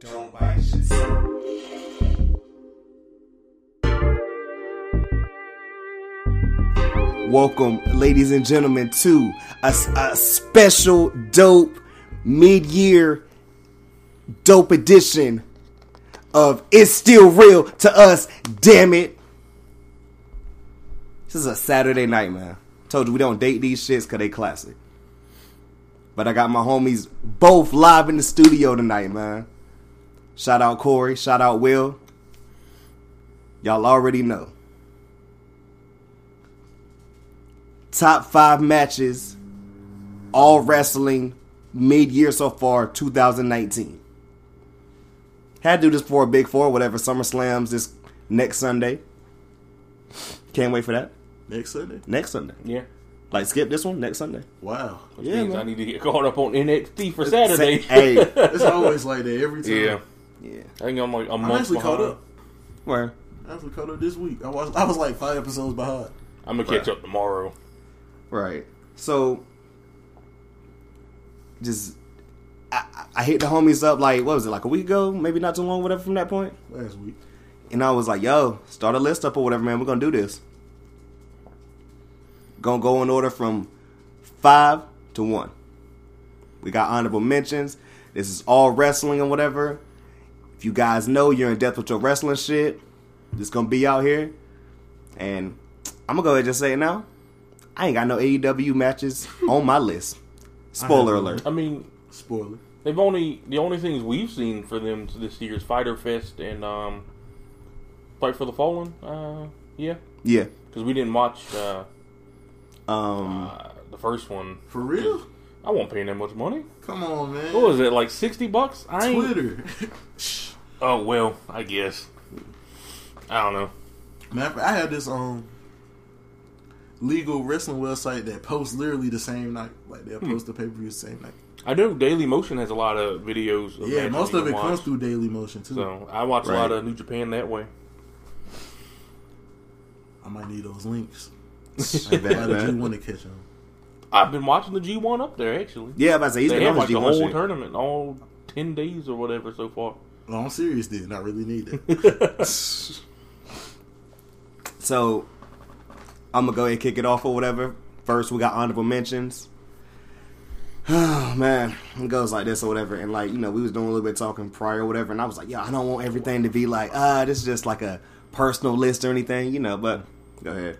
Don't buy shit. Welcome, ladies and gentlemen, to a, a special dope mid year dope edition of It's Still Real to Us, damn it. This is a Saturday night, man. Told you we don't date these shits because they classic. But I got my homies both live in the studio tonight, man. Shout out Corey, shout out Will. Y'all already know. top five matches, all wrestling mid year so far, 2019. Had to do this for a big four, whatever Summer Slams this next Sunday. Can't wait for that. Next Sunday. Next Sunday. Yeah. Like skip this one next Sunday. Wow. Which Yeah, means man. I need to get caught up on NXT for Saturday. Sa- hey. It's always like that every time. yeah. yeah. I think I'm like a month I'm actually behind. caught up. Where? I actually caught up this week. I was I was like five episodes behind. I'm gonna catch up tomorrow. Right. So just I, I- I hit the homies up like what was it like a week ago, maybe not too long, whatever. From that point, Last week. And I was like, yo, start a list up or whatever, man. We're going to do this. Going to go in order from five to one. We got honorable mentions. This is all wrestling and whatever. If you guys know you're in depth with your wrestling shit, this going to be out here. And I'm going to go ahead and just say it now. I ain't got no AEW matches on my list. Spoiler alert. I mean, Spoiler. they've only the only things we've seen for them this year is Fighter Fest and um, Fight for the Fallen. Uh, yeah, Yeah. because we didn't watch uh, Um, uh, the first one. For real? I won't pay that much money. Come on, man. What was it like sixty bucks? I ain't- Twitter. Oh well, I guess. I don't know. Matter of fact, I had this um legal wrestling website that posts literally the same night. Like they'll Hmm. post the pay per view the same night. I know Daily Motion has a lot of videos. Of Yeah, matches most you of it can comes watch. through Daily Motion too. So I watch a Right. lot of New Japan that way. I might need those links. I bet, might man. do want to catch them. I've been watching the G1 up there actually. yeah, I'm about to say, he's they been have on his like the G1 whole shit. tournament, all ten days or whatever so far. No, I'm serious, dude. I really need it. So I'm gonna go ahead and kick it off or whatever. First, we got honorable mentions. Oh man, it goes like this or whatever. And like you know, we was doing a little bit of talking prior or whatever, and I was like, yeah, I don't want everything to be like, ah, this is just like a personal list or anything, you know. But go ahead.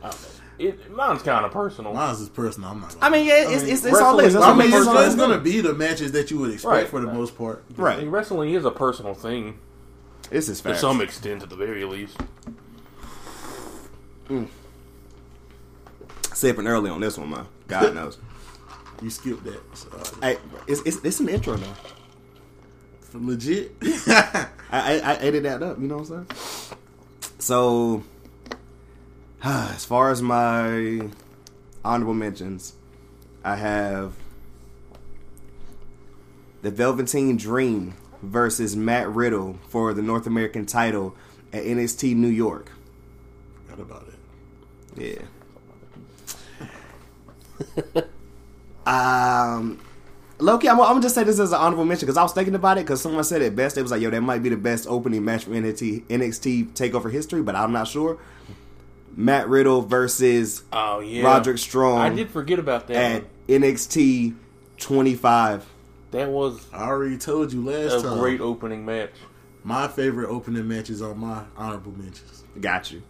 It, mine's kind of personal. Mine's is personal. I'm not. Gonna I mean, yeah, it's it's, it's all wrestling- list. That's I what mean, makes it's, it gonna- it's all gonna be the matches that you would expect Right. for the most part. I mean, right. wrestling is a personal thing This is to fast. some extent, at the very least. Sipping early on this one, man. God knows. You skipped that. So, uh, I, it's, it's it's an intro now. legit. I, I, I edit that up. You know what I'm saying? So, as far as my honorable mentions, I have the Velveteen Dream versus Matt Riddle for the North American title at NXT New York. Forgot about it. Yeah. um, Loki, I'm, I'm gonna just say this as an honorable mention because I was thinking about it because someone said it best. They was like, "Yo, that might be the best opening match from NXT NXT Takeover history," but I'm not sure. Matt Riddle versus Oh yeah, Roderick Strong I did forget about that. at one. NXT 25. That was I already told you a last time. great opening match. My favorite opening matches are my honorable mentions. Got you.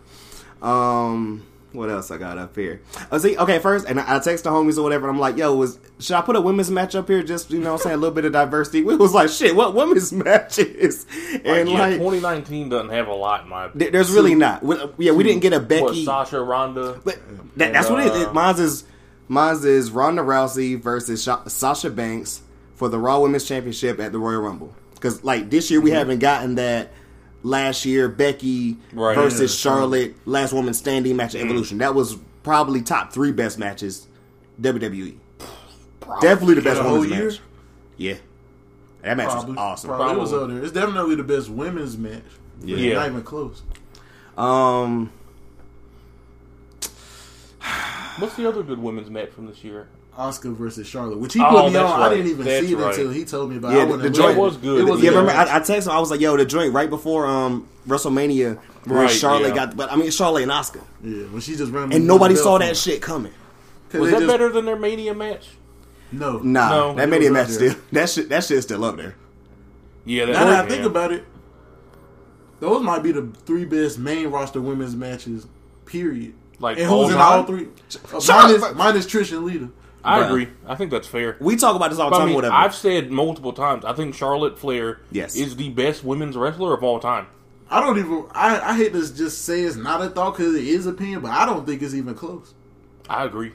Um, what else I got up here? Oh, see, okay, first, and I I text the homies or whatever. And I'm like, yo, was should I put a women's match up here? Just you know, what I'm saying a little bit of diversity. We was like, shit, what women's matches? Like, And yeah, like, 2019 doesn't have a lot in my opinion. there- there's really not. We- yeah, we didn't get a What, Becky, Sasha Ronda. but that, that's what it is. uh, It, mine's is mine's is Ronda Rousey versus Sha- Sasha Banks for the Raw Women's Championship at the Royal Rumble. Because like this year, we Mm-hmm. haven't gotten that. Last year, Becky Right. versus Yeah. Mm-hmm. Charlotte last woman standing match at Evolution. That was probably top three best matches WWE. Definitely the best The whole women's year? match. Yeah, that match was awesome. Probably. It was Probably. out there. It's definitely the best women's match. Yeah. Yeah. Not even close. Um, What's the other good women's match from this year? Oscar versus Charlotte, which he Oh, put me that's on. I right. didn't even That's see it right. until he told me about. Yeah, it. I the- wouldn't the have joint- went. It was good. It was yeah, good. remember I, I texted him. I was like, "Yo, the joint right before um WrestleMania, where Right, Charlotte yeah. Mm-hmm. got, but I mean Charlotte and Oscar, Yeah, when she just ran. and nobody saw that shit coming. Was that better than their Mania match? No. Nah, No, that it mania was match up there. still that shit that shit still up there. Yeah, Now that I yeah. think about it, those might be the three best main roster women's matches. Period. Like, and all who's in all nine? three? Uh, Shut minus, up. minus Trish and Lita. I Bruh. agree. I think that's fair. We talk about this all the I time. mean, whatever. I've said multiple times. I think Charlotte Flair Yes. is the best women's wrestler of all time. I don't even. I, I hate to just say it's not a thought because it is opinion, but I don't think it's even close. I agree.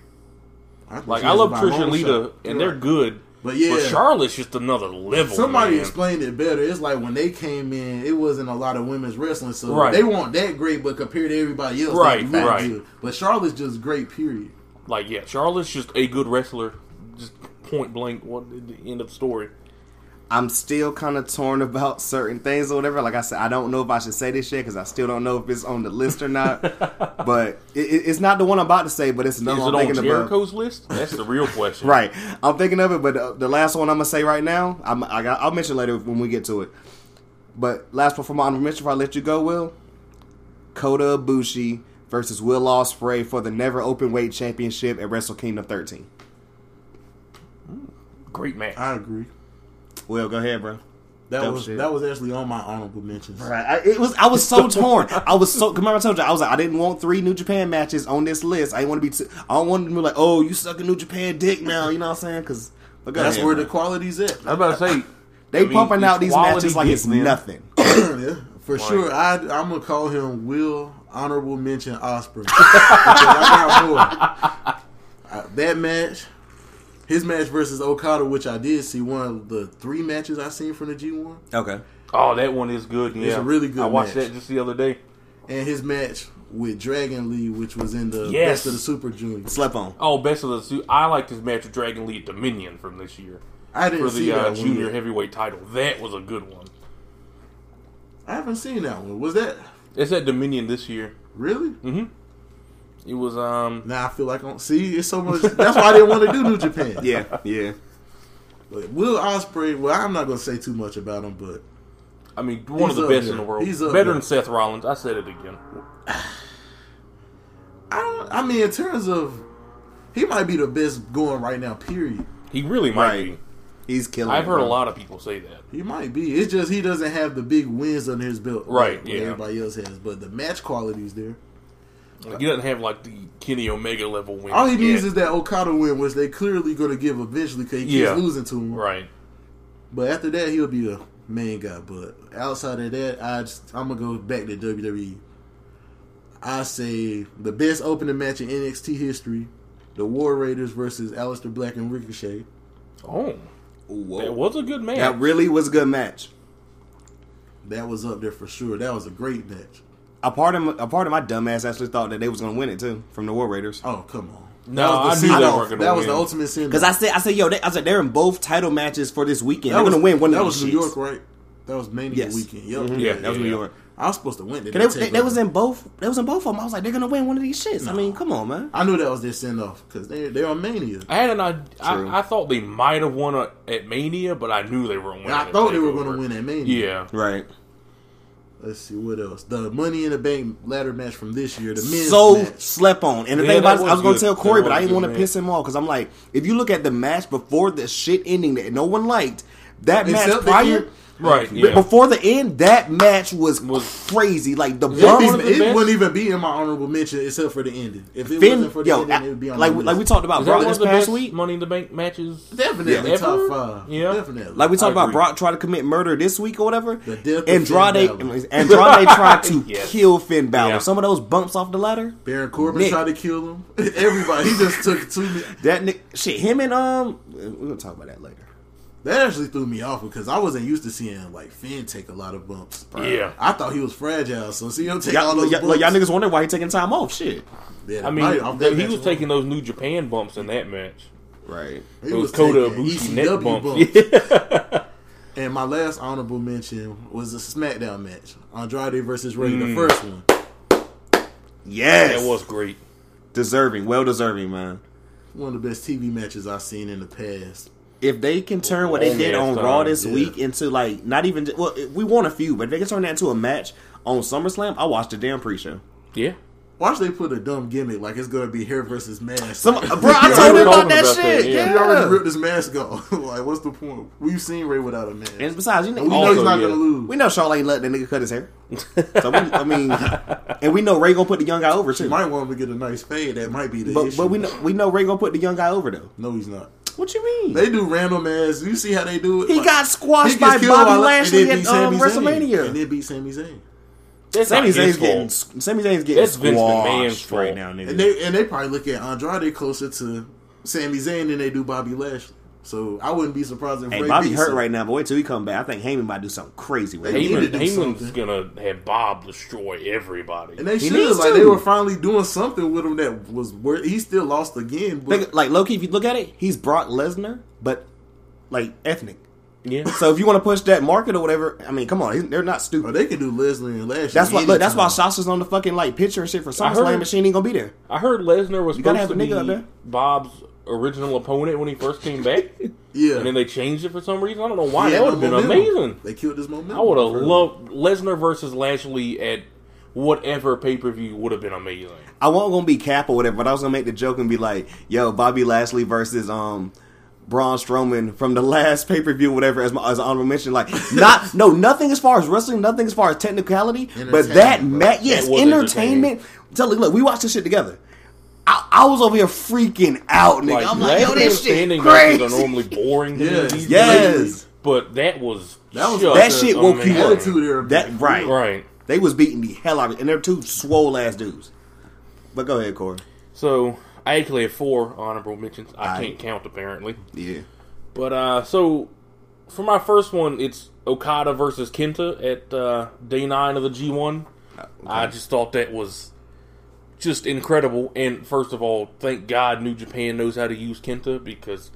I think Like she I is love by a Trish long and Lita, shot. and You're they're right. good. But yeah, But Charlotte's just another level. Somebody man. explained it better. It's like when they came in, it wasn't a lot of women's wrestling, so Right. they weren't that great. But compared to everybody else, Right, they look right. good. But Charlotte's just great. Period. Like yeah, Charlotte's just a good wrestler. Just point blank. What the end of the story? I'm still kind of torn about certain things or whatever. Like I said, I don't know if I should say this shit because I still don't know if it's on the list or not. but it, it- it's not the one I'm about to say, but it's another Is one it I'm on thinking about. Jericho's list? That's the real question. Right, I'm thinking of it, but uh, the, the last one I'm gonna say right now, I'm, I got, I'll mention later when we get to it. But last one for my honorable mention, before I let you go, Will, Kota Ibushi versus Will Ospreay for the never open weight championship at Wrestle Kingdom 13. Great match. I agree. Will, go ahead, bro. That Dope was shit. that was actually on my honorable mentions. Right. I, it was. I was so torn. I was so. Remember, I told you I was like, I didn't want three New Japan matches on this list. I didn't want to be. Too, I don't want to be like, oh, you suck a New Japan dick now. You know what I'm saying? Because That's where the quality's at. I was about to say they I mean, pumping out these quality matches like dick, it's man. nothing. yeah, for sure. I I'm gonna call him Will Honorable Mention Osprey. Because I got more. Uh, that match, his match versus Okada, which I did see one of the three matches I seen from the G1, Okay. Oh, that one is good. Yeah. a really good I watched match. that just the other day. and his match with Dragon Lee, which was in the Yes. Best of the Super Juniors. Slept on. Oh, best of the suit. I like this match with Dragon Lee at Dominion from this year I for didn't see the uh, that one. junior yet. heavyweight title. That was a good one. I haven't seen that one. Was that It's at Dominion this year. really? Mm-hmm. It was um. Now I feel like I'm see. It's so much. That's why I didn't want to do New Japan. Yeah. Yeah. But Will Osprey. Well, I'm not gonna say too much about him, but I mean, one of He's the up best there. in the world. He's up Better there. than Seth Rollins. I said it again. I don't. I mean, in terms of, he might be the best going right now. Period. He really might Right. be. He's killing. I've it, heard a bro. lot of people say that. He might be. It's just he doesn't have the big wins under his belt, Right, like yeah. Everybody else has, but the match quality is there. Like, he doesn't have like the Kenny Omega level win. All he needs yet. is that Okada win, which they clearly going to give eventually because he Yeah. keeps losing to him. right. But after that, he'll be the main guy. But outside of that, I just, I'm gonna go back to WWE. I say the best opening match in NXT history: the War Raiders versus Aleister Black and Ricochet. Oh, Whoa. that was a good match. That really was a good match. That was up there for sure. That was a great match. A part of my, a part of my dumbass actually thought that they was gonna win it too from the War Raiders. Oh come on! that No, was I knew sin they off. weren't gonna That was win. the ultimate sin. Because I said I said yo they, I said they're in both title matches for this weekend. that they're was gonna win one That of was these New shits. York, right? That was Mania Yes. weekend. Yep. yeah, That was New yeah. York. I was supposed to win. They, They, they, they was in both. They was in both of them. I was like, they're gonna win one of these shits. I mean, come on, man. I knew that was their send off because they they're on Mania. I had an I, True. I, I thought they might have won a, at Mania, but I knew they were winning. And I at thought they were TakeOver. going to win at Mania. Yeah, Right. Let's see what else. The Money in the Bank ladder match from this year. The men's So match. slept on. And the Yeah, thing about that it, was I was going good. to tell Corey, but That was I didn't good, want to man. piss him off because I'm like, if you look at the match before the shit ending that no one liked, that match Except the prior. kid. right. b- Yeah. Before the end, that match was, Was- crazy. Like the It, Y'all bumps, one of the it best- wouldn't even be in my honorable mention except for the ending. If it Finn, wasn't for the yo, ending, it would be on like my like we list. talked about Is that Brock one this of the past best week. Money in the Bank matches? definitely Yeah. top Ever? five. Yeah. definitely. Like we talked I about agree. Brock trying to commit murder this week or whatever. The death of Finn Andrade Balor. Andrade tried to Yes. kill Finn Balor. Yeah. Some of those bumps off the ladder. Baron Corbin Nick. tried to kill him. Everybody, he just took two. mi- That ni- shit, him and um, we're gonna talk about that later. That actually threw me off because I wasn't used to seeing like Finn take a lot of bumps. Yeah. I thought he was fragile, so see him take all Y'all, those y'all, bumps. y'all niggas wondering why he taking time off. Shit. Yeah, I mean, right, off that th- he match was alone. taking those New Japan bumps in that match. Right. he those was Kota taking E ECW Ibushi neck bumps. bumps. And my last honorable mention was the SmackDown match, Andrade versus Ray, the first one. Yes, That was great. deserving, well deserving, man. One of the best TV matches I've seen in the past. If they can turn what they Only did as on time, Raw this yeah. week into like not even well, we won a few, but if they can turn that into a match on SummerSlam, I watched the damn pre-show. Yeah. Watch they put a dumb gimmick like it's gonna be hair versus mask. Some, uh, bro, I were told you about talking that about that, shit. yeah. He already Yeah. ripped his mask off. like, what's the point? We've seen Ray without a mask. And besides, you know, we know Also, he's not yeah. gonna lose. We know Charlotte ain't let that nigga cut his hair. So we, I mean, and we know Ray gonna put the young guy over He too. might want him to get a nice fade. That might be the But issue. but we know we know Ray gonna put the young guy over though. no, he's not. What you mean? They do random ass. You see how they do it? he Like, got squashed he gets by killed Bobby and Lashley then beat at um, Sami Zayn. WrestleMania. and then beat Sami Zayn. That's Sami not his Zayn's fault. getting Sami Zayn's getting That's Vince McMahon's squashed fault. right now, nigga. And they and they probably look at Andrade closer to Sami Zayn than they do Bobby Lashley. So I wouldn't be surprised if hey, Ray Bobby beats hurt him. right now, but wait till he come back. I think Heyman might do something crazy with Hey, him. need to Heyman, do Heyman's something. gonna have Bob destroy everybody. And they He should needs like to. they were finally doing something with him that was worth. He still lost again, but Think- like Loki, if you look at it, he's Brock Lesnar, but like ethnic. yeah. So if you want to push that market or whatever, I mean, come on, he- they're not oh, stupid. they could do Leslie and Lashley. That's why. Look, that's why anytime. Sasha's on the fucking like picture and shit for I heard- SummerSlam, and she ain't gonna be there. I heard Lesnar was You gotta supposed to have a nigga up be there. Bob's original opponent when he first came back, Yeah, and then they changed it for some reason. I don't know why. He had that would have no been momentum. amazing. They killed this momentum. I would have for him. loved Lesnar versus Lashley at whatever pay per view would have been amazing. I wasn't gonna be cap or whatever, but I was gonna make the joke and be like, "Yo, Bobby Lashley versus um Braun Strowman from the last pay per view, whatever." As my as an honorable mention, like not no nothing as far as wrestling, nothing as far as technicality, but that Entertainment, match, yes, That was entertainment. Tell me, look, we watched this shit together. I, I was over here freaking out, nigga. I'm like, yo, Lashley this shit standing matches are crazy. normally boring. to me Yes. these Yes. days, but that was That was- just That shit woke you up. amazing. Attitude era. That right, right? They was beating the hell out of it, and they're two swole ass dudes. But go ahead, Corey. So I actually have four honorable mentions. I Aight. can't count apparently. Yeah. But uh so for my first one it's Okada versus Kenta at uh day 9 of the G1. Uh, I just thought that was just incredible and first of all, thank God New Japan knows how to use Kenta because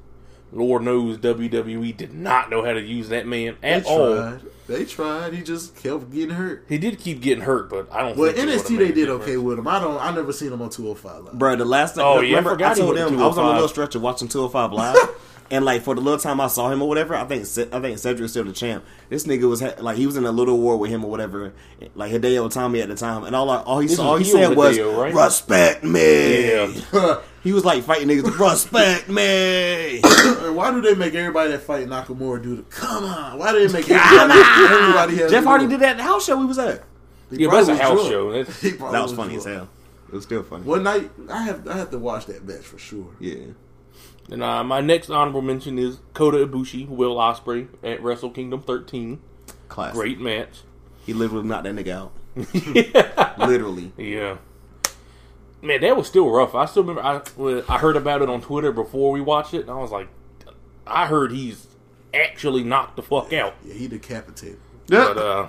Lord knows WWE did not know how to use that man They at all. tried. They tried. He just kept getting hurt. He did keep getting hurt, but I don't Well, think it would've NXT made they a did difference. okay with him. I don't. I never seen him on 205 live. Bro, the last time, Oh, yeah, I remember, I, forgot he told went to him I was on a 205. little stretch of watching 205 Live, and like for the little time I saw him or whatever, I think Ce- I think Cedric's still the champ. This nigga was ha- like he was in a little war with him or whatever, like Hideo Tommy at the time, and all I, all he This saw, all he is said heel was Hideo, right? "respect me." Yeah. He was like fighting niggas, "respect me." And Why do they make everybody that fight Nakamura do the come on? Why do they make everybody, everybody have Jeff Hardy did that at the house show we was at. Yeah, but that's a house show. That's- That was funny as hell. It was still funny. One night, I have I have to watch that match for sure. Yeah. And uh, my next honorable mention is Kota Ibushi, Will Osprey at Wrestle Kingdom 13. Classic. Great match. He literally knocked that nigga out. literally. Yeah. Man, that was still rough. I still remember I well, I heard about it on Twitter before we watched it, and I was like, I heard he's actually knocked the fuck out. Yeah, he decapitated. But uh,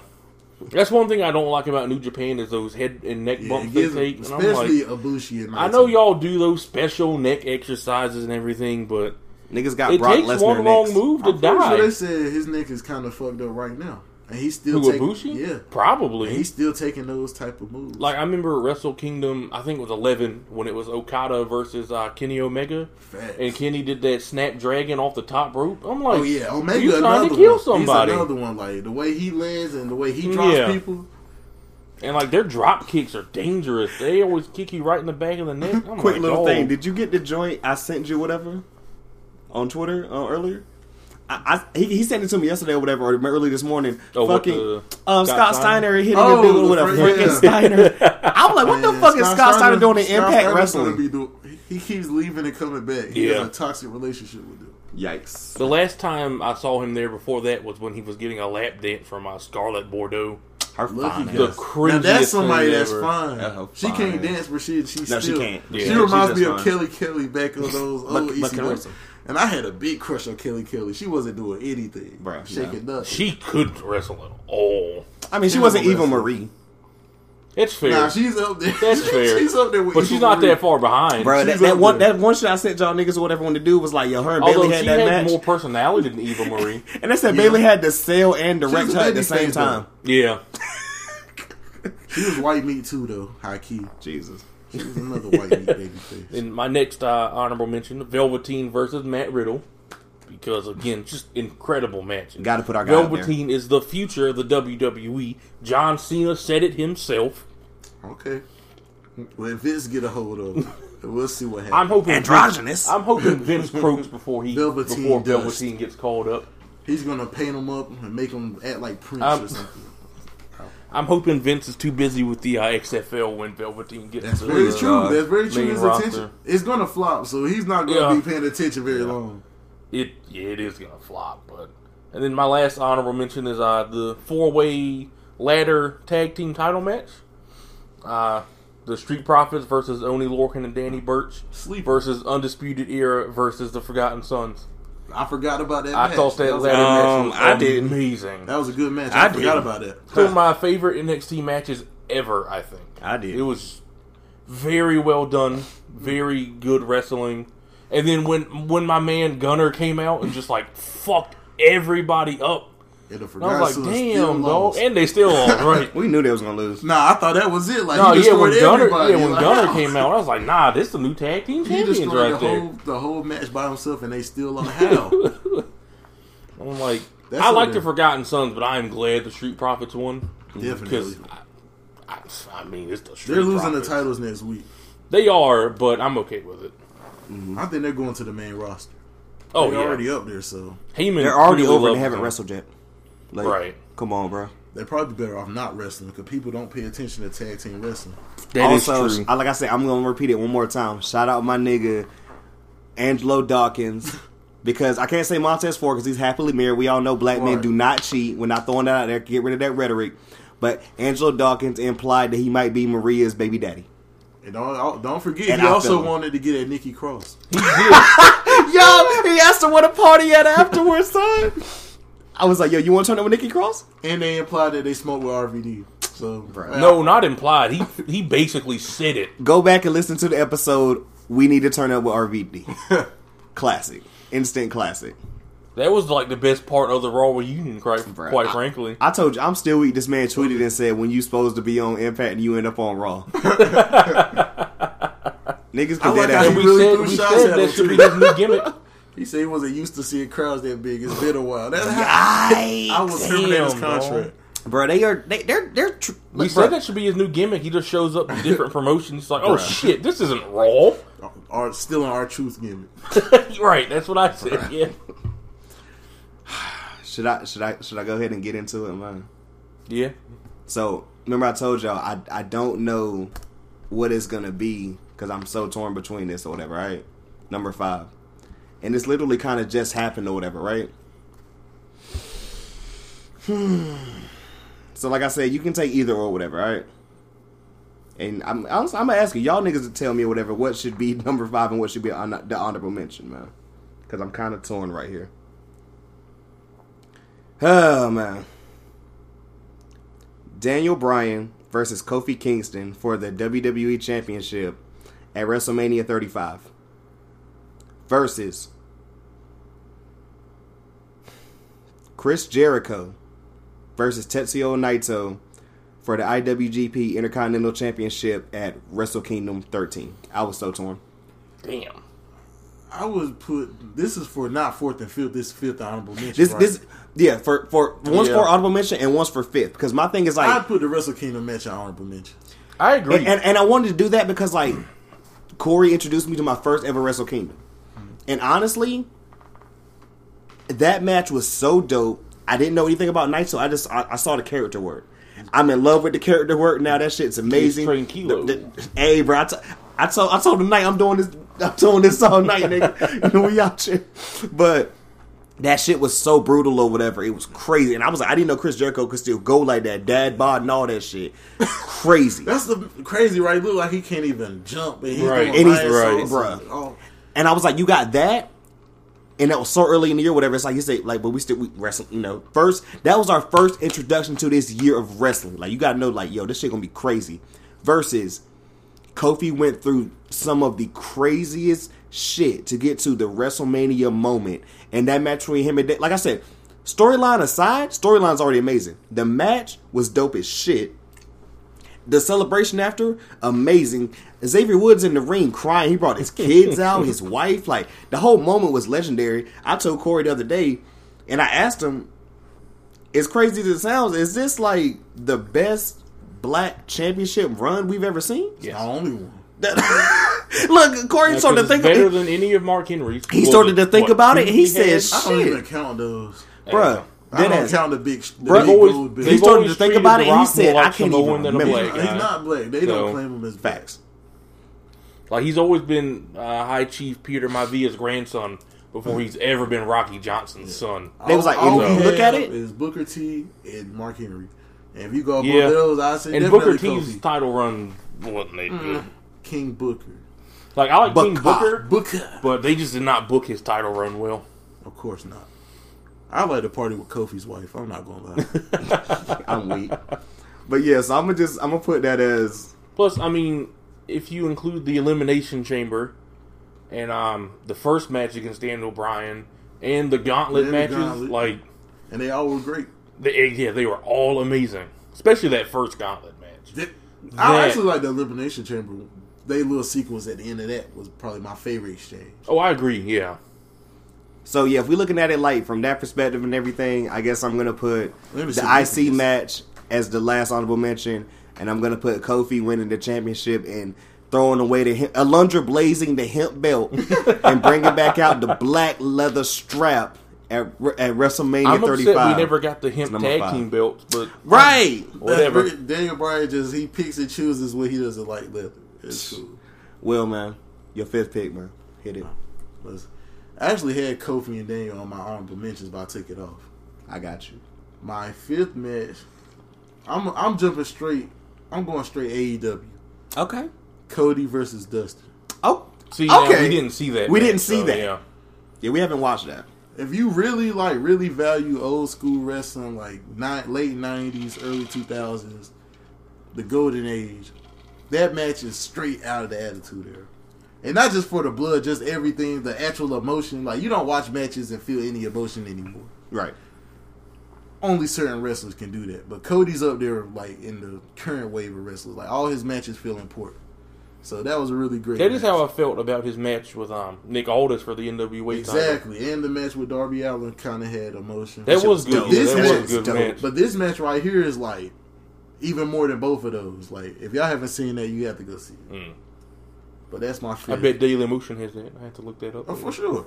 that's one thing I don't like about New Japan is those head and neck Yeah, bumps he they is- take. And I'm especially like, Ibushi. And I know y'all do those special neck exercises and everything, but Niggas got it Brock takes Lesnar one wrong next. move to I'm pretty die. sure they said his neck is kind of fucked up right now, and he's still Who, taking. Ibushi? Yeah, probably. and he's still taking those type of moves. Like I remember Wrestle Kingdom, I think it was eleven when it was Okada versus uh, Kenny Omega, Facts. and Kenny did that Snapdragon off the top rope. I'm like, Oh yeah, Omega are you another trying to kill one. somebody? He's another one. Like the way he lands and the way he drops Yeah. people. And like their drop kicks are dangerous. They always kick you right in the back of the neck. I'm Quick like, oh. little "Dog." thing. Did you get the joint I sent you, whatever, on Twitter uh, earlier? I, I he, he sent it to me yesterday or whatever, or early this morning. Oh, what, fucking the- um, Scott Scott Steiner Steiner? hitting Oh, a dude with a the fr- freaking yeah. Steiner. I'm like, what the Man, fuck is Scott Steiner doing in Scott Impact Steiner's gonna Wrestling? be do- he keeps leaving and coming back. He Yeah. has a toxic relationship with him. Yikes! The last time I saw him there before that was when he was getting a lap dance from uh, Scarlet Bordeaux. Her Lucky fine guy. The ass. Now cringiest that's somebody thing that's ever. fine. That's a She fine can't ass. dance, but she she No, she still. can't. Yeah, She she's reminds just me of fine. Kelly Kelly back on those old Lucky- Lucky ECW. Larson. And I had a big crush on Kelly Kelly. She wasn't doing anything, Bruh, shaking up. She couldn't wrestle at all. I mean, she She wasn't was a even wrestler. Marie. It's fair. Nah, she's up there. That's fair. she's up there with but she's not Eva Marie. that far behind. Bro, that, She's that up one there. that one shit I sent y'all niggas or whatever want to do was like, yo, her and Although Bailey had she that has match, more personality than Eva Marie. and they said Bailey had to sell and direct She's a her at the babyface, same time. yeah. She was white meat too, though. High key. Jesus, She was another white meat baby face. And my next uh, honorable mention: Velveteen versus Matt Riddle, because again, just incredible match. got to put our guy out there. Velveteen is the future of the WWE. John Cena said it himself. Okay. Well, if Vince get a hold of, her, we'll see what happens. I'm hoping Androgynous. I'm hoping Vince croaks before he Velveteen before dust. Velveteen gets called up. He's gonna paint them up and make them act like Prince Um, or something. I'm hoping Vince is too busy with the uh, XFL when Velveteen gets. That's to very the, true. uh, That's very true. main His roster. attention it's gonna flop, so he's not gonna Yeah. be paying attention very long. It yeah, it is gonna flop, but and then my last honorable mention is uh the four way ladder tag team title match. Uh the Street Profits versus Oni Lorcan and Danny Burch Sleep. versus Undisputed Era versus the Forgotten Sons. I forgot about that. I match. thought that was, ladder Um, match was I didn't. amazing. that was a good match. I, I forgot didn't. about that. Two of my favorite NXT matches ever, I think. I did. It was very well done, very good wrestling. And then when when my man Gunner came out and just like fucked everybody up. And the I forgotten was Sons like, still damn, dog. lost. And they still lost, right? We knew they was gonna lose. Nah, I thought that was it. Like, no, he yeah, when destroyed Gunner, everybody. yeah, when Like, Gunner wow. came out, I was like, nah, this the new tag team he champions destroyed right the there. whole the whole match by himself, and they still on how. I'm like, That's I what like it the is. Forgotten Sons, but I am glad the Street Profits won. Definitely, Because I, I mean, it's the Street they're losing Profits. the titles next week. They are, but I'm okay with it. I think they're going to the main roster. Oh, they're yeah. already up there, so Heyman They're already clearly over and loves haven't them. wrestled yet. Like, Right. Come on, bro. they're probably better off not wrestling because people don't pay attention to tag team wrestling. That is also, true. I, like I said, I'm gonna repeat it one more time. Shout out my nigga Angelo Dawkins because I can't say Montez Ford because he's happily married. We all know black men Right. do not cheat. We're not throwing that out there. Get rid of that rhetoric. But Angelo Dawkins implied that he might be Maria's baby daddy. And don't don't- don't forget, And he I feel also him. wanted to get at Nikki Cross. Yo, he asked her what a party at afterwards, son. I was like, yo, you want to turn up with Nikki Cross? And they implied that they smoked with RVD. So Bruh. no, not implied. He he basically said it. Go back and listen to the episode. We need to turn up with RVD. classic, instant classic. That was like the best part of the Raw reunion, quite, Bruh, quite I- frankly. I told you, I'm still weak. This man tweeted and said, "When you supposed to be on Impact, and you end up on Raw." Niggas I could like dead how ass. and he we really said, threw we shots said at that him, should too. be his new gimmick. he said he wasn't used to seeing crowds that big. It's been a while. That's how I I was terminating his damn, dog. contract. bro. They are they they're they're. Tr- bro, We said that should be his new gimmick. He just shows up in different promotions. He's like, oh shit, this isn't Raw. Are still in our truth gimmick. right, that's what I said. Yeah. Should I should I should I go ahead and get into it, man? Yeah. So remember, I told y'all I I don't know what it's gonna be because I'm so torn between this or whatever. Right, number five, and it's literally kind of just happened or whatever. Right. so like I said, you can take either or whatever. Right. And I'm I'm, I'm gonna ask you, y'all niggas to tell me whatever what should be number five and what should be hon- the honorable mention, man. Because I'm kind of torn right here. Oh man. Daniel Bryan versus Kofi Kingston for the WWE Championship at WrestleMania 35 versus Chris Jericho versus Tetsuo Naito for the IWGP Intercontinental Championship at Wrestle Kingdom 13. I was so torn. Damn. I would put this is for not fourth and fifth. This fifth honorable mention. This right? this yeah for for one's Yeah. for honorable mention and one's for fifth because my thing is like I'd put the Wrestle Kingdom match in honorable mention. I agree. And, and and I wanted to do that because like Corey introduced me to my first ever Wrestle Kingdom, and honestly, that match was so dope. I didn't know anything about Naito. I just I, I saw the character work. I'm in love with the character work now. That shit's amazing. He's tranquilo. The- the- hey, bro, I, t- I told I told him night I'm doing this. I'm doing this all night, nigga. we out here, but that shit was so brutal or whatever. It was crazy, and I was like, I didn't know Chris Jericho could still go like that, dad bod and all that shit. crazy. That's the crazy, right? Look like he can't even jump, and he's Right. doing And he's- lion right. songs and- Bruh. oh. And I was like, you got that, and that was so early in the year, whatever. It's like you say, like, but we still we wrestling, you know. First, that was our first introduction to this year of wrestling. Like, you gotta know, like, yo, this shit gonna be crazy. Versus, Kofi went through some of the craziest shit to get to the WrestleMania moment, and that match between him and Da- like I said, storyline aside, storyline's already amazing. The match was dope as shit. The celebration after, amazing. Xavier Woods in the ring crying. He brought his kids out, his wife. Like, the whole moment was legendary. I told Corey the other day, and I asked him, as crazy as it sounds, is this like the best black championship run we've ever seen? It's the only one. That- Look, Corey started to think better than any of Mark Henry's. He started to think about it, and he said, says- I don't Shit. even count those. Bruh, I dead don't ass. count the big, the Bruh, big always- gold He They've big. started to always think treated about it, The and he Rock said, more like "I can't Samoan even than a remember." black He's He's guy. not black. They So- don't claim him as black. Facts. Like he's always been uh, High Chief Peter Maivia's grandson before he's ever been Rocky Johnson's son. They was like, all if we you look have at it- is Booker T and Mark Henry. And if you go up Yeah. on those, I say And definitely Booker T's Kofi. title run wasn't that good. King Booker. Like I like King Booker. Booker, Booker. but they just did not book his title run well. Of course not. I like to party with Kofi's wife. I'm not gonna lie. I'm weak. But yes, I'm gonna just I'm gonna put that as Plus, I mean, if you include the Elimination Chamber and um, the first match against Dan O'Brien and the Gauntlet And the matches, Gauntlet. like and they all were great. they, yeah, they were all amazing. Especially that first Gauntlet match. Th- I That- actually like the Elimination Chamber. They little sequence at the end of that was probably my favorite exchange. Oh, I agree. Yeah, so yeah, if we're looking at it like from that perspective and everything, I guess I'm gonna put Let me see the what this IC is. match as the last honorable mention, and I'm gonna put Kofi winning the championship and throwing away the hemp, Alundra blazing the hemp belt and bringing back out the black leather strap at, at WrestleMania I'm 35. upset we never got the hemp number tag five. team belts, but right. Whatever. That's great. Daniel Bryan just he picks and chooses what he doesn't like leather. It's cool. Will man, your fifth pick, man, hit it. Listen, I actually had Kofi and Daniel on my honorable mentions, but I took it off. I got you. My fifth match, I'm I'm jumping straight. I'm going straight AEW. Okay. Cody versus Dustin. Oh, see, now, Okay. we didn't see that. We match, didn't see so, that. Yeah, yeah, we haven't watched that. If you really like really value old school wrestling, like ni- late '90s, early 2000s, the golden age, that match is straight out of the Attitude Era. And not just for the blood, just everything, the actual emotion. Like you don't watch matches and feel any emotion anymore. Right. only certain wrestlers can do that. But Cody's up there, like in the current wave of wrestlers. Like all his matches feel important. So that was a really great. that is match. how I felt about his match with um, Nick Aldis for the NWA title. exactly. And the match with Darby Allen kind of had emotion. That was dope. good. Yeah, This Oh, that was a match- good dope. match. But this match right here is like even more than both of those. Like if y'all haven't seen that, you have to go see it. Mm. But that's my I favorite. bet Daily Motion has that. I have to look that up. Oh, for sure.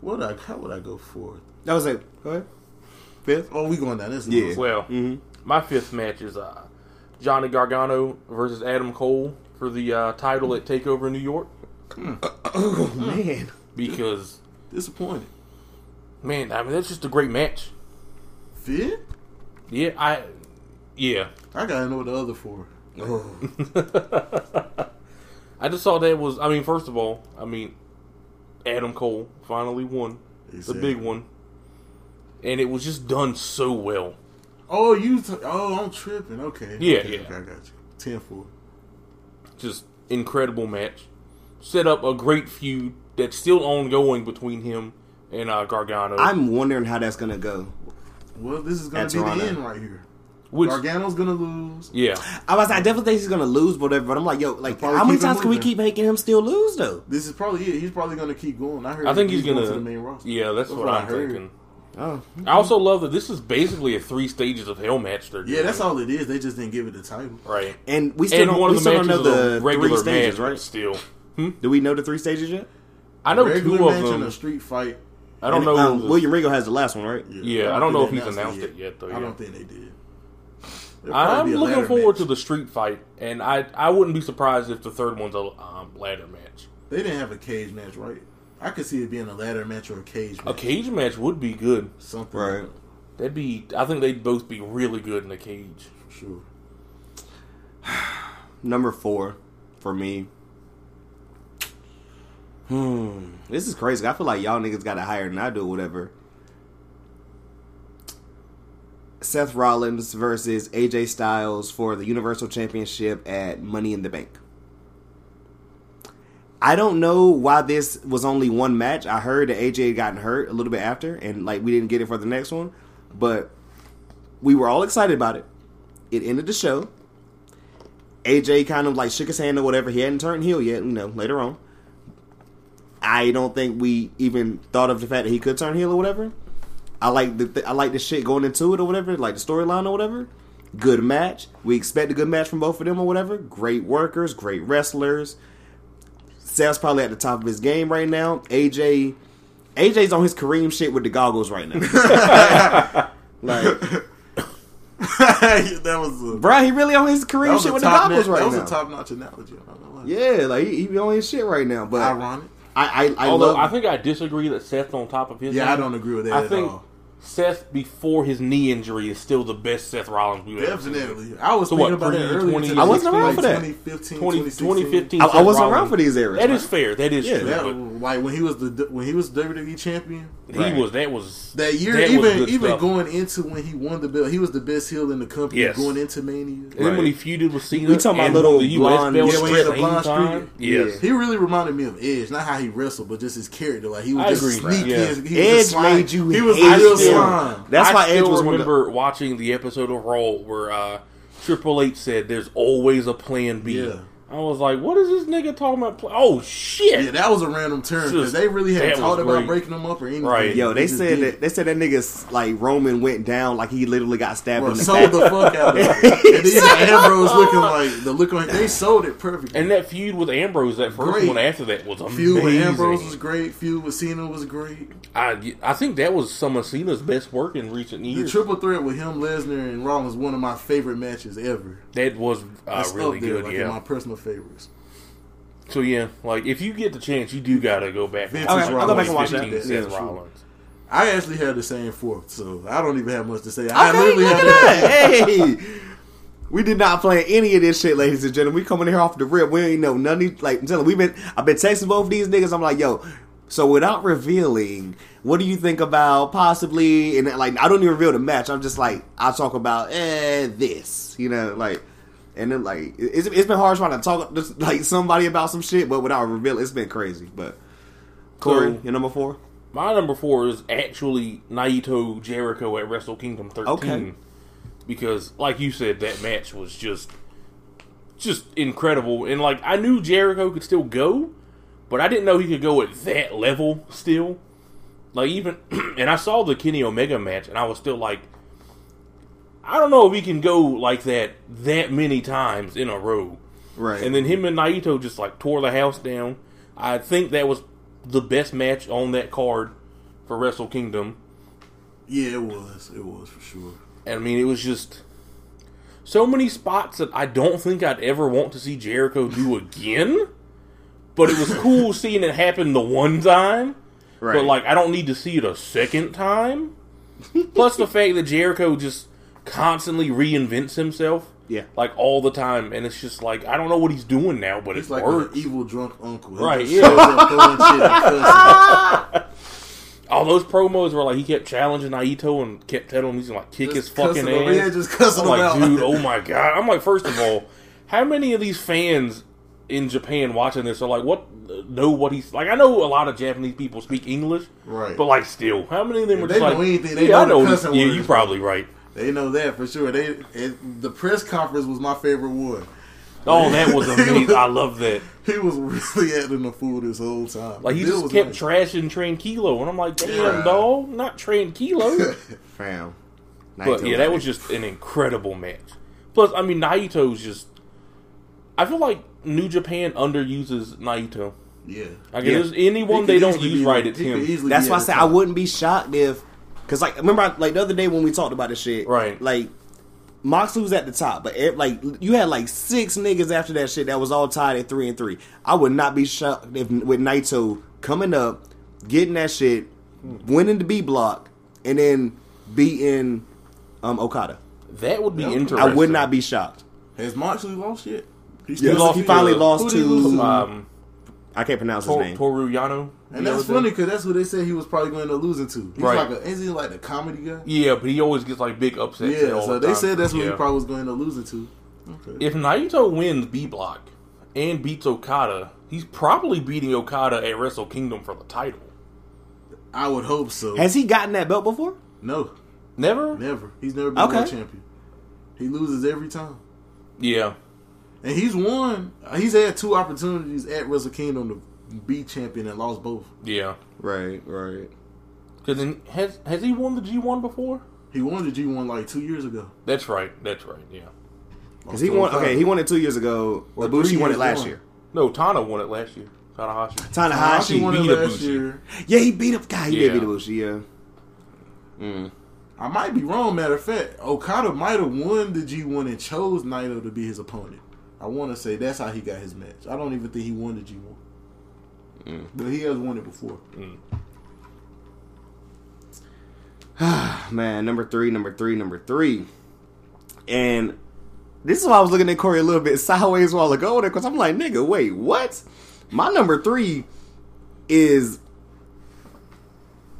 what I how would I go for? That was it. Go ahead. Fifth. Oh, we going down this. Yeah. Well, hmm my fifth match is uh, Johnny Gargano versus Adam Cole for the uh, title at Takeover New York Oh man. because disappointed. man, I mean that's just a great match. Fifth. Yeah, I yeah. I gotta know the other four. Oh. I just saw that was I mean first of all, I mean Adam Cole finally won. It's a Exactly. big one. And it was just done so well. Oh, you. T- oh, I'm tripping. Okay. Yeah, Okay, yeah. okay, I got you. Ten four. Just incredible match. Set up a great feud that's still ongoing between him and uh, Gargano. I'm wondering how that's gonna go. Well, this is gonna At be Toronto. the end right here. which, Gargano's gonna lose. yeah. I was. I definitely think he's gonna lose, whatever. But I'm like, yo, like, Probably how many keep him times can we moving. keep making him still lose though? This is probably it. He's probably gonna keep going. I heard. I think he's, going gonna. to the main roster. Yeah, that's, what, I'm heard. thinking. Oh, I also love that this is basically a three stages of hell match. They're Yeah, doing. that's all it is. They just didn't give it the title. Right. and we still And don't. one we of the still don't matches know is a the regular three stages, match right? still. Do we know the three stages yet? I know Regular two match and a of them. street fight. I don't And, know. Um, the- William Regal has the last one, right? Yeah, I don't know if think he's they announced it yet, though, I yeah. don't think they did. It'll probably I'm be a looking ladder forward match. to the street fight, and I I wouldn't be surprised if the third one's a um, ladder match. They didn't have a cage match, right? I could see it being a ladder match or a cage match. A cage match would be good. Something. Right. That'd be. I think they'd both be really good in a cage. For sure. Number four for me. Hmm, This is crazy. I feel like y'all niggas got it higher than I do, whatever. Seth Rollins versus AJ Styles for the Universal Championship at Money in the Bank. I don't know why this was only one match. I heard that AJ had gotten hurt a little bit after, and like we didn't get it for the next one, but we were all excited about it. It ended the show. AJ kind of like shook his hand or whatever. He hadn't turned heel yet, you know, later on. I don't think we even thought of the fact that he could turn heel or whatever. I like the th- I like the shit going into it or whatever, like the storyline or whatever. Good match. We expect a good match from both of them or whatever. Great workers, great wrestlers. Seth's probably at the top of his game right now. AJ, AJ's on his Kareem shit with the goggles right now. like, that was a, bro, he really on his that Kareem was shit a with the top goggles notch. right That was now. a top notch analogy. I'm not gonna lie. yeah, like he, he be on his shit right now. But I, ironic. I, I Although love. I think I disagree that Seth's on top of his. Yeah, I game. don't agree with that I at think all. Seth before his knee injury is still the best Seth Rollins we've ever seen. Definitely. I was So thinking what, about that 20, earlier. 20, today. I wasn't around Like for that. 2015, 20, 2016. 2015. I, Seth I wasn't Rollins. around for these eras. That man. is fair. That is Yeah. true. That, but like when he was the when he was WWE champion Right. He was. That was that year. was even good even stuff. going into when he won the belt, he was the best heel in the company. Yes. Going into Mania, And then when he Right. feuded with Cena, We talking about and little won the US blonde- belt Yeah, when he had at the blonde same time. streak. Yes, He really reminded me of Edge, not how he wrestled, but just his character. Like he was I just agree. sneaky. Yeah. as- He was a Edge slime. made you. He was hate a real him. slime. That's I why Edge still was one of the remember watching the episode of Raw where uh, Triple H said, "There's always a Plan B." I Yeah. was like, "What is this nigga talking about?" Pla- oh shit! Yeah, that was a random turn because Just- they really that hadn't was talked about great. breaking them up or anything. Right. Yo, they just said did it. that they said that niggas like Roman went down like he literally got stabbed Bro, in the sold back. the fuck out of it. And then you got Ambrose looking like the look on. They sold it perfectly. and that feud with Ambrose, that first Great. one after that was amazing. Feud with Ambrose was great. Feud with Cena was great. I, I think that was some of Cena's best work in recent The years. triple threat with him, Lesnar, and Rollins one of my favorite matches ever. that was uh, That's really up there, good. like in yeah. my personal favorites. So yeah, like if you get the chance, you do gotta go back. Vince Okay, I'll go back and watch that. 2015 Yeah, Seth sure. Rollins. I actually had the same fourth, so I don't even have much to say. I Okay, literally look at had that. Hey, we did not plan any of this shit, ladies and gentlemen. We coming in here off the rip. We ain't know none of these. Like, I'm telling, we've been. I've been texting both these niggas. I'm like, yo. So without revealing, what do you think about possibly? And like, I don't even reveal the match. I'm just like, I talk about eh this, you know, like. And then like, it's, it's been hard trying to talk to, like somebody about some shit, but without revealing, it's been crazy. But Corey, So- your number four. My number four is actually Naito Jericho at Wrestle Kingdom 13. Okay. Because, like you said, that match was just just incredible. And, like, I knew Jericho could still go, but I didn't know he could go at that level still. Like, even, and I saw the Kenny Omega match, and I was still like, I don't know if he can go like that that many times in a row. Right. And then him and Naito just like tore the house down. I think that was the best match on that card for Wrestle Kingdom. Yeah, it was. It was for sure. I mean, it was just so many spots that I don't think I'd ever want to see Jericho do again. But it was cool seeing it happen the one time. right. But like, I don't need to see it a second time. Plus the fact that Jericho just constantly reinvents himself. Yeah. Like all the time, and it's just like I don't know what he's doing now, but It's it's like works. an evil drunk uncle. He Right, just yeah. shows up throwing shit and cussing. all those promos where like he kept challenging Naito and kept telling him he's gonna like kick his Just fucking cussing him. Yeah, ass. just cussing I'm him out. like, dude, oh my god. I'm like, first of all, how many of these fans in Japan watching this are like, what know what he's like? I know a lot of Japanese people speak English, Right. But like, still, how many of them are they just know like, anything, they yeah, I know the know this- cussing yeah, words. you probably right. They know that for sure. They it, the press conference was my favorite one. Oh, that was amazing. I love that. He was really acting a fool this whole time. Like he Bill just was kept like, trashing Tranquilo, and I'm like, damn, Yeah. dog, not Tranquilo. fam. But Naito yeah, that was just an incredible match. Plus, I mean, Naito's just. I feel like New Japan underuses Naito. yeah. Like, Yeah. if there's anyone He they could don't easily use be- right, it's he could him. easily That's be why I at the said I top. wouldn't be shocked if, because like remember I, like the other day when we talked about this shit, Right. Like Moxley was at the top, but it, like you had like six niggas after that shit that was all tied at three and three. I would not be shocked if with Naito coming up, getting that shit, Hmm. winning the B block, and then beating um, Okada. That would be I interesting. I would not be shocked. Has Moxley lost yet? He, still- lost- he finally to- lost Who did he lose to to? Um, I can't pronounce his Tor- name. Toru Yano. And the that's other funny because that's what they said he was probably going to lose it to. He's Right. like a, isn't he like the comedy guy? day. Yeah, but he always gets like big upsets. Yeah, all so the they time. said that's what Yeah. he probably was going to lose it to. Okay. If Naito wins B Block and beats Okada, he's probably beating Okada at Wrestle Kingdom for the title. I would hope so. Has he gotten that belt before? no, Never. never. He's never been Okay. world champion. He loses every time. Yeah. And he's won. He's had two opportunities at Wrestle Kingdom to be champion and lost both. Yeah. Right, right. Because has has he won the G one before? He won the G1 like two years ago. That's right. That's right. Yeah. Because he won. Okay, he won it two years ago. Or Ibushi three won it years last ago. year. No, Tana won it last year. Tanahashi. Tanahashi Tanahashi. won it beat last Ibushi. year. Yeah, he beat up. God, he Yeah. did beat Ibushi. Yeah. Mm. I might be wrong. Matter of fact, Okada might have won the G1 and chose Naito to be his opponent. I want to say that's how he got his match. I don't even think he won the G1, Mm. but he has won it before. man, number three, number three, number three. And this is why I was looking at Corey a little bit sideways while ago because I'm like, nigga, wait, what? My number three is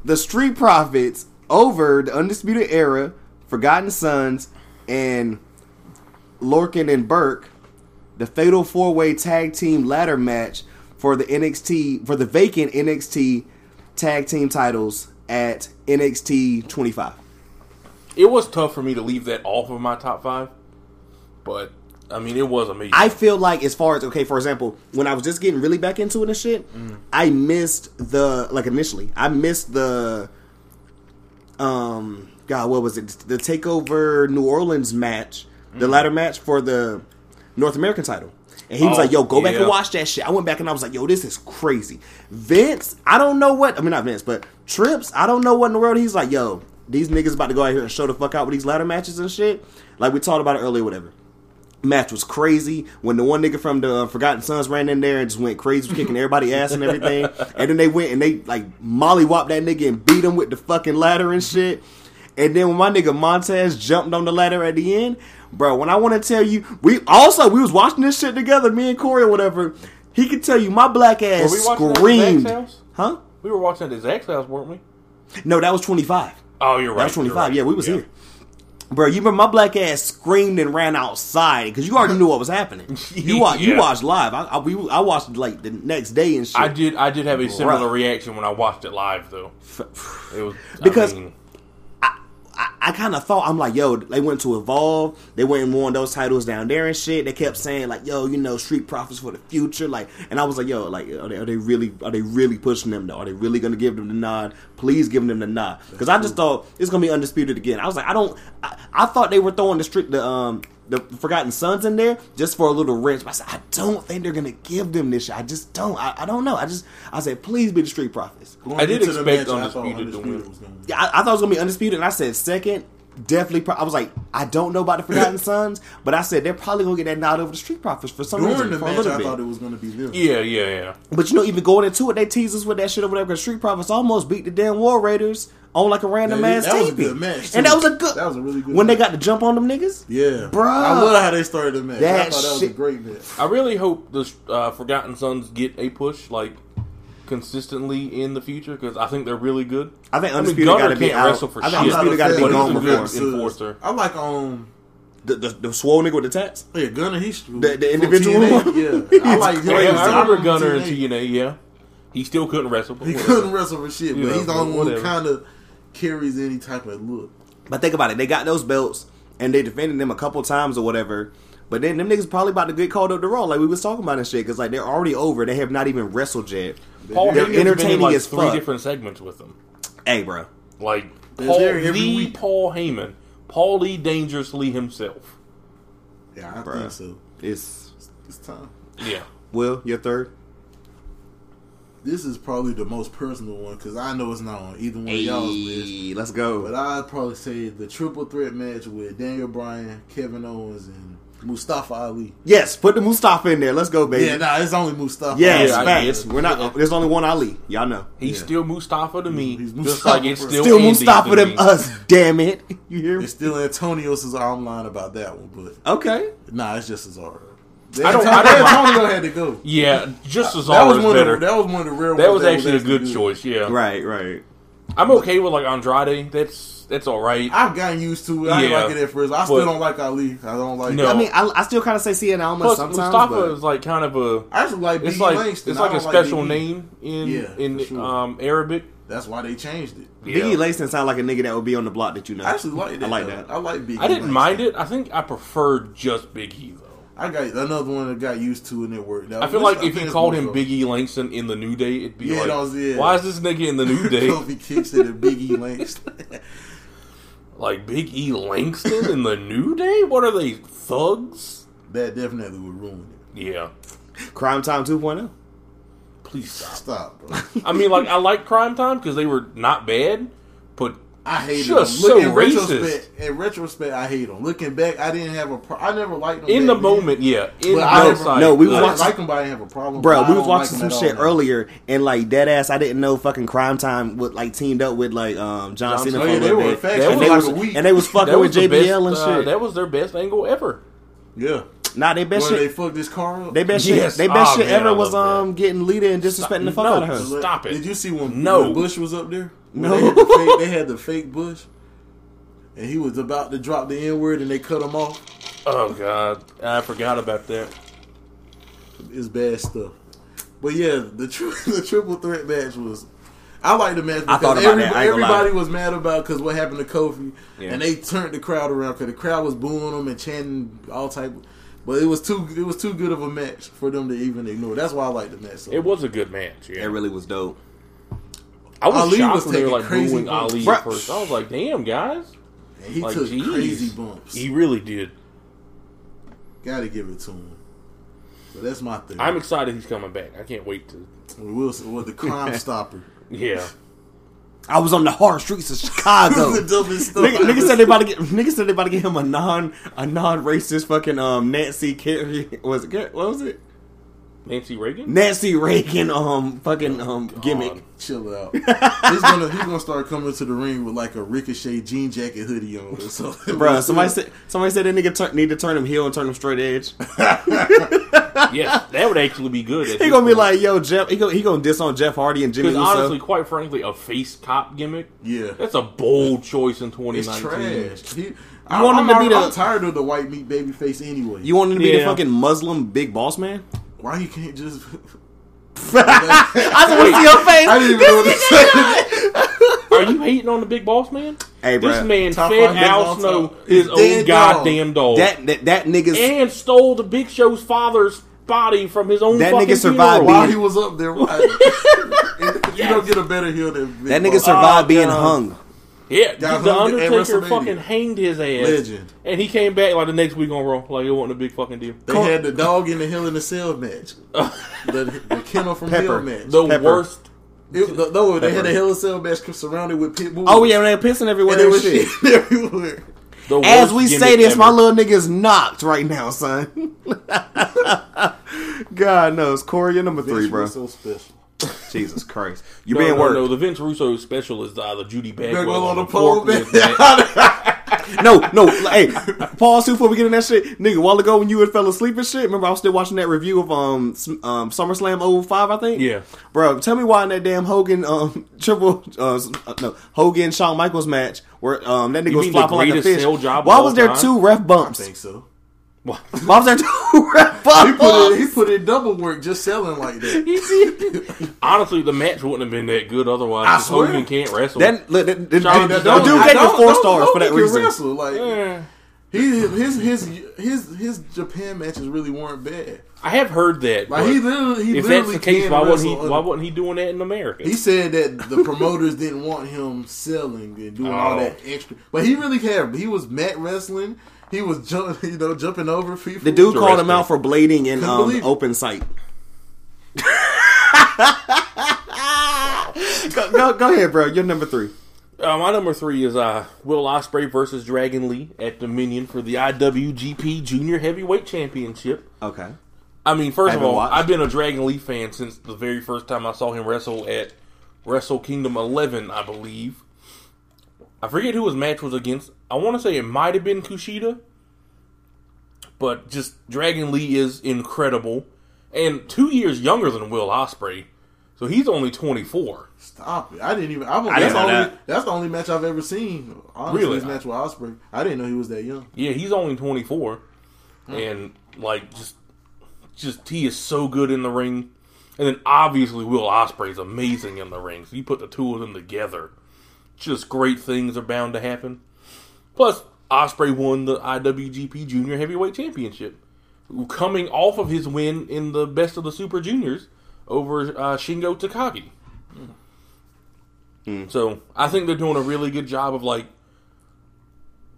the Street Profits over the Undisputed Era, Forgotten Sons, and Lorkin and Burke, the Fatal Four Way Tag Team Ladder Match for the NXT for the vacant NXT Tag Team titles at NXT 25. It was tough for me to leave that off of my top five, but I mean, it was amazing. I feel like as far as okay, for example, when I was just getting really back into it and shit, I missed the like initially. I missed the um God, what was it? The takeover New Orleans match, the Mm. latter match for the North American title. And he was Oh, like, "Yo, go back yeah. and watch that shit." I went back and I was like, "Yo, this is crazy." Vince, I don't know what I mean, not Vince, but Trips, I don't know what in the world. He's like, "Yo, these niggas about to go out here and show the fuck out with these ladder matches and shit." Like we talked about it earlier, whatever match was crazy when the one nigga from the uh, Forgotten Sons ran in there and just went crazy, was kicking everybody ass and everything. And then they went and they like mollywopped that nigga and beat him with the fucking ladder and shit. And then when my nigga Montez jumped on the ladder at the end, bro, when I want to tell you, we also we was watching this shit together, me and Corey or whatever. He could tell you my black ass Were we watching that at screamed, Zach's house? huh? we were watching at his ex house, weren't we? No, that was twenty five. Oh, you're right. That was you're 25. right. Yeah, we was here. Bro, you remember my black ass screamed and ran outside because you already knew what was happening. You watch, you Yeah. watched live. I, I, we, I watched like the next day and shit. I did. I did have a similar reaction when I watched it live, though. It was I Because- mean, I, I kind of thought I'm like, yo, they went to evolve. They went and won those titles down there and shit. They kept saying like, yo, you know, street profits for the future. Like, and I was like, yo, like, are they, are they really, are they really pushing them though? Are they really gonna give them the nod? Please give them the nod because I just thought it's gonna be undisputed again. I was like, I don't, I, I thought they were throwing the street, the um, the Forgotten Sons in there just for a little wrench. But I said, I don't think they're gonna give them this. shit. I just don't. I, I don't know. I just, I said, please be the street profits. Going I did into the expect I thought Undisputed to win. was gonna win. Yeah, I, I thought it was gonna be undisputed, and I said second. Definitely, pro- I was like, I don't know about the Forgotten Sons, but I said they're probably gonna get that nod over the Street Profits for some During reason. the for a match, little I bit. thought it was going to be them. yeah, yeah, yeah. But you know, even going into it, they tease us with that shit over there because Street Profits almost beat the damn War Raiders on like a random Yeah, ass that was a TV, good match, and too. that was a good. That was a really good when they got match. to jump on them niggas. Yeah, Bruh. I love how they started the match. I That thought that was a shit- great match. I really hope the uh, Forgotten Sons get a push like consistently in the future because I think they're really good. I think mean, Undisputed Gunner gotta be can't out. wrestle for I think shit. Undisputed gotta be But he's gone a good before. enforcer. I like um The, the the swole nigga with the tats. yeah Gunner. He's the, the individual one? Yeah, I like He's Oh, Yeah, crazy. him. I remember I'm Gunner and TNA. TNA. Yeah, he still couldn't wrestle. But He whatever. couldn't wrestle for shit, but Yeah, he's the only one who whatever. kind of carries any type of look. But think about it. They got those belts and they defended them a couple times or whatever. But then them niggas probably about to get called up the raw, like we was talking about and shit. Because like they're already over. They have not even wrestled yet. Paul They're Heyman's been in, entertaining like, as three fuck. different segments with them. Hey, bro. Like Is Paul, there every the week? Paul Heyman, Paul Lee dangerously himself. Yeah, I Bruh. think so. It's It's time. Yeah, Will your third. This is probably the most personal one because I know it's not on either one of y'all's list. Hey, let's But go. I'd probably say the triple threat match with Daniel Bryan, Kevin Owens, and Mustafa Ali. Yes, put the Mustafa in there. Let's go, baby. Yeah, nah, it's only Mustafa. yes, Yeah, I- Ali. facts. yeah. We're not. There's only one Ali. Y'all know. he's Yeah. still Mustafa to me. He's just Mustafa like it's for- still, Still Andy Mustafa to them me. us. Damn it. You hear me? It's still Antonios' arm line about that one, but Okay. nah, it's just Cesaro. I don't- I don't mind. Antonio had to go. Yeah, just as Uh, That all was is one better. of the, that was one of the rare. That ones was actually a asked to good do. choice. Yeah, Right, right. I'm okay with like Andrade. That's that's all right. I've gotten used to it. I didn't Yeah. like it at first. I still But- don't like Ali. I don't like. No. I mean, I, I still kind of say Cien Alma Plus, sometimes. Mustafa but- is like kind of a I just like it's B. E like Langston. it's I like a don't special BB. name in Yeah, in for sure. um, Arabic. That's why they changed it. Biggie Yeah. Langston sound like a nigga that would be on the block that you know. I actually like that. I like though. that. I like E Big. I didn't mind it. I think I preferred just Big E though. I got another one that got used to and it worked. That I feel was- like if think you it's called more him so- Big E Langston in the New Day, it'd be Yeah, like, that was- yeah. why is this nigga in the New Day? Kofi Kingston and Big E Langston. like Big E Langston in the New Day? What are they thugs? that definitely would ruin it. Yeah, Crime Time oh. 2.0. please stop. Stop, bro. I mean, like I like Crime Time because they were not bad, but I hate Just him. Look, so in retrospect, racist. in retrospect, I hate him. Looking back, I didn't have a. Pro- I never liked him in the back then. moment, yeah, in But I never- hindsight, no, we I yeah. didn't watched- like him, but I didn't have a problem. Bro, we I was don't watching like him some at shit all now. earlier, and like dead ass, I didn't know fucking Crime Time would like teamed up with like um John, John Cena. for Cena. Oh, yeah, a they little were bit. in fact That for and was they like was a week. and they was fucking with the JBL and best, shit. uh, that was their best angle ever. yeah. nah, they best Where they shit. fucked this car up. They best Yes. shit. They best Ah, shit man, I ever was love that. um getting Lita and disrespecting the fuck No. out of her. Just- Stop it. Did you see when, No. when Bush was up there? When No. They had, the fake, they had the fake Bush, and he was about to drop the N word, and they cut him off. Oh god, I forgot about that. It's bad stuff. But yeah, the tri- the triple threat match was. I like the match because I thought about every- that. I ain't gonna lie. everybody was mad about because what happened to Kofi, Yeah. and they turned the crowd around because the crowd was booing them and chanting all type. But it was too it was too good of a match for them to even ignore. That's why I like the match. So. It was a good match. Yeah, It really was dope. I was Ali shocked was when they were taking like crazy booing bumps. Ali Bruh. at first. I was like, damn guys, And he like took geez. crazy bumps. He really did. Got to give it to him. So that's my thing. I'm excited he's coming back. I can't wait to. Wilson was the crime stopper. Yeah, I was on the hard streets of Chicago. the dumbest stuff. Nigga, I nigga ever- said they about to get. Nigga said they about to get him a non a non racist fucking um Nancy Kerry was it Ker- what was it Nancy Reagan. Nancy Reagan um fucking um gimmick. God. Chill out. he's gonna he's gonna start coming to the ring with like a ricochet jean jacket hoodie on or something. Bruh, somebody said somebody said that nigga turn, need to turn him heel and turn him straight edge. yes, Uh, that would actually be good. at He this gonna be point. like, yo, Jeff. He gonna he gonna diss on Jeff Hardy and Jimmy Because Uso. honestly, quite frankly, a face cop gimmick. Yeah. that's a bold choice in it's 2019. trash. He, I, want am him to be the- I'm tired of the white meat baby face anyway. you want him to be the Yeah. fucking Muslim big boss man? Why he can't just? I just want to see your face. I didn't even know what to say. Are you hating on the big boss man? Hey, This bruh. man Top fed five big Al boss Snow of- his Dead own dog. goddamn dog, That that that niggas. and stole the Big Show's father's body from his own. That fucking nigga survived funeral. While he was up there, why- you don't get a better heel than that Big nigga Boss. survived Oh, being God. hung. Yeah, Got the hung at Undertaker WrestleMania. fucking hanged his ass. Legend. And he came back like the next week on Raw, like it wasn't a big fucking deal. They had the dog in the hell in the cell match, the, the kennel from Pepper. hell match. The Pepper. worst. It, no, no, they had a hell in a cell match surrounded with pit bulls. Oh yeah, when they were pissing everywhere. and there and was shit. shit everywhere. The As worst we gimmick say this, ever. my little nigga is knocked right now, son. God knows. Corey, you're number three, bro. So special. Jesus Christ. You're No, being no, worked. no, the Vince Russo special is uh, the Judy Bagwell Bagwell on the pole. man. No, no. like, hey, pause too before we get in that shit, nigga. A while ago when you had fell asleep and shit, remember I was still watching that review of um S- um SummerSlam 05, I think. Yeah. bro. Tell me why in that damn Hogan um triple uh, s- uh, no Hogan Shawn Michaels match where um that nigga was mean the flopping like a greatest fish. sell job of Why all was there time? two ref I bumps? think so. Why was there two ref He put, in, bumps? he put in double work just selling like that. Honestly, the match wouldn't have been that good otherwise. I because swear. Hogan can't wrestle. Then look, that- that- Shawn that- don't- the dude I gave don't- it four don't- stars for don't that think he reason. Wrestle. Like Eh. he, his his his his Japan matches really weren't bad. I have heard that. Like but he literally he if literally that's the case, can why wasn't he? wrestle Why other- wasn't he doing that in America? He said that the promoters didn't want him selling and doing all Oh. that extra, but he really cared. He was mat wrestling. He was jump, you know, jumping over people. The dude called him Interesting. out for blading in um, believe it. open sight. go, go, go ahead, bro. You're number three. Uh, my number three is uh, Will Osprey versus Dragon Lee at Dominion for the IWGP Junior Heavyweight Championship. Okay. I mean, first of Haven't all, watched. I've been a Dragon Lee fan since the very first time I saw him wrestle at Wrestle Kingdom 11, I believe. I forget who his match was against. I want to say it might have been Kushida, But just Dragon Lee is incredible, and two years younger than Will Osprey, so he's only twenty four. Stop it! I didn't even. I, was, I that's, didn't know the only, that. that's the only match I've ever seen. Honestly, Really? this match with Osprey. I didn't know he was that young. Yeah, he's only 24, and like just, just he is so good in the ring, and then obviously Will Osprey is amazing in the ring. So you put the two of them together, just great things are bound to happen. Plus, Osprey won the IWGP Junior Heavyweight Championship, coming off of his win in the Best of the Super Juniors over uh, Shingo Takagi. So I think they're doing a really good job of like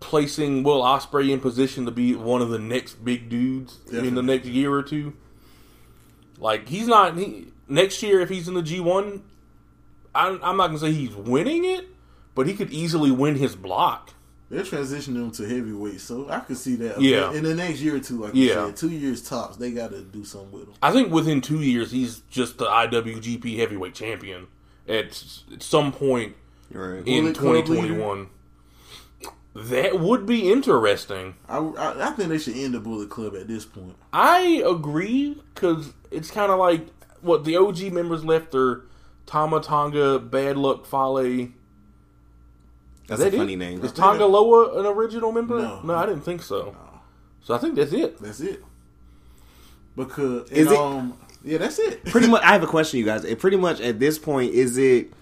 placing Will Osprey in position to be one of the next big dudes in the Definitely. next year or two. Like he's not he, next year if he's in the G one. I'm I'm not gonna say he's winning it, but he could easily win his block. They're transitioning him to heavyweight, so I could see that. Yeah. In the next year or two, like Yeah. you said, two years tops, they got to do something with him. I think within two years he's just the IWGP heavyweight champion at, s- at some point You're right. in Bullet Club leader? 2021. That would be interesting. I, I, I think they should end the Bullet Club at this point. I agree because it's kind of like what the OG members left are Tama Tonga, Bad Luck Fale. That's Is a that funny it? name. Is Tonga Loa an original member? No. I didn't think so. So I think that's it. That's it. Because Is and, it- um yeah, that's it. pretty much. I have a question, you guys. It pretty much at this point is it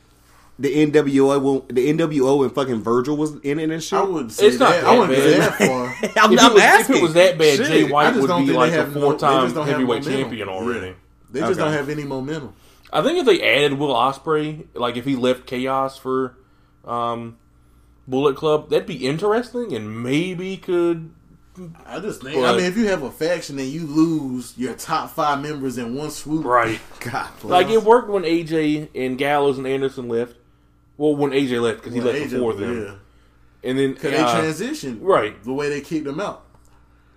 the NWO? Will, the NWO and fucking Virgil was in it and shit. I wouldn't say It's not that. that I wouldn't go bad. that far. I'm, if, I'm it was, if asking. it was that bad, Shit, Jay I White just would don't be think like they a have no- four they time just don't have heavyweight momentum. champion Yeah. already. They just Okay. don't have any momentum. I think if they added Will Osprey, like if he left Chaos for um, Bullet Club, that'd be interesting and maybe could. I just think. But- I mean, if you have a faction and you lose your top five members in one swoop, God, Like it worked when AJ and Gallows and Anderson left. Well, when AJ left because he left AJ, before them, yeah. and then Cause uh, they transitioned right. the way they kicked them out.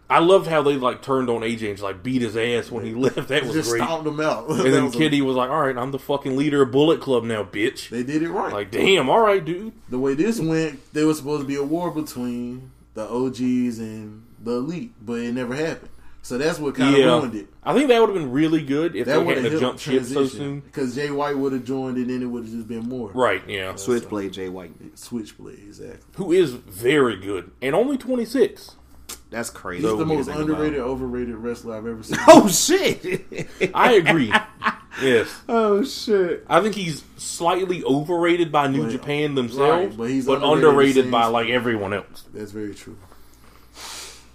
I loved how they like turned on AJ and just, like beat his ass when he left. That was Just great. stomped them out. That And then was a- Kitty was like, "All right, I'm the fucking leader of Bullet Club now, bitch." they did it right. Like, damn, all right, dude. the way this went, there was supposed to be a war between the OGs and the elite, but it never happened. So that's what kind of ruined it. I think that would have been really good if That they would hadn't have have helped jumped ship so soon. transition because Jay White would have joined, and then it would have just been more Right, yeah. Switchblade Jay White. Switchblade, exactly. Who is very good and only 26. That's crazy. He's the when you most think about it. underrated, overrated wrestler I've ever seen. Oh shit! I agree. yes. oh shit! I think he's slightly overrated by New Right. Japan themselves, Right, but, but he's underrated, underrated by since- like everyone else That's very true.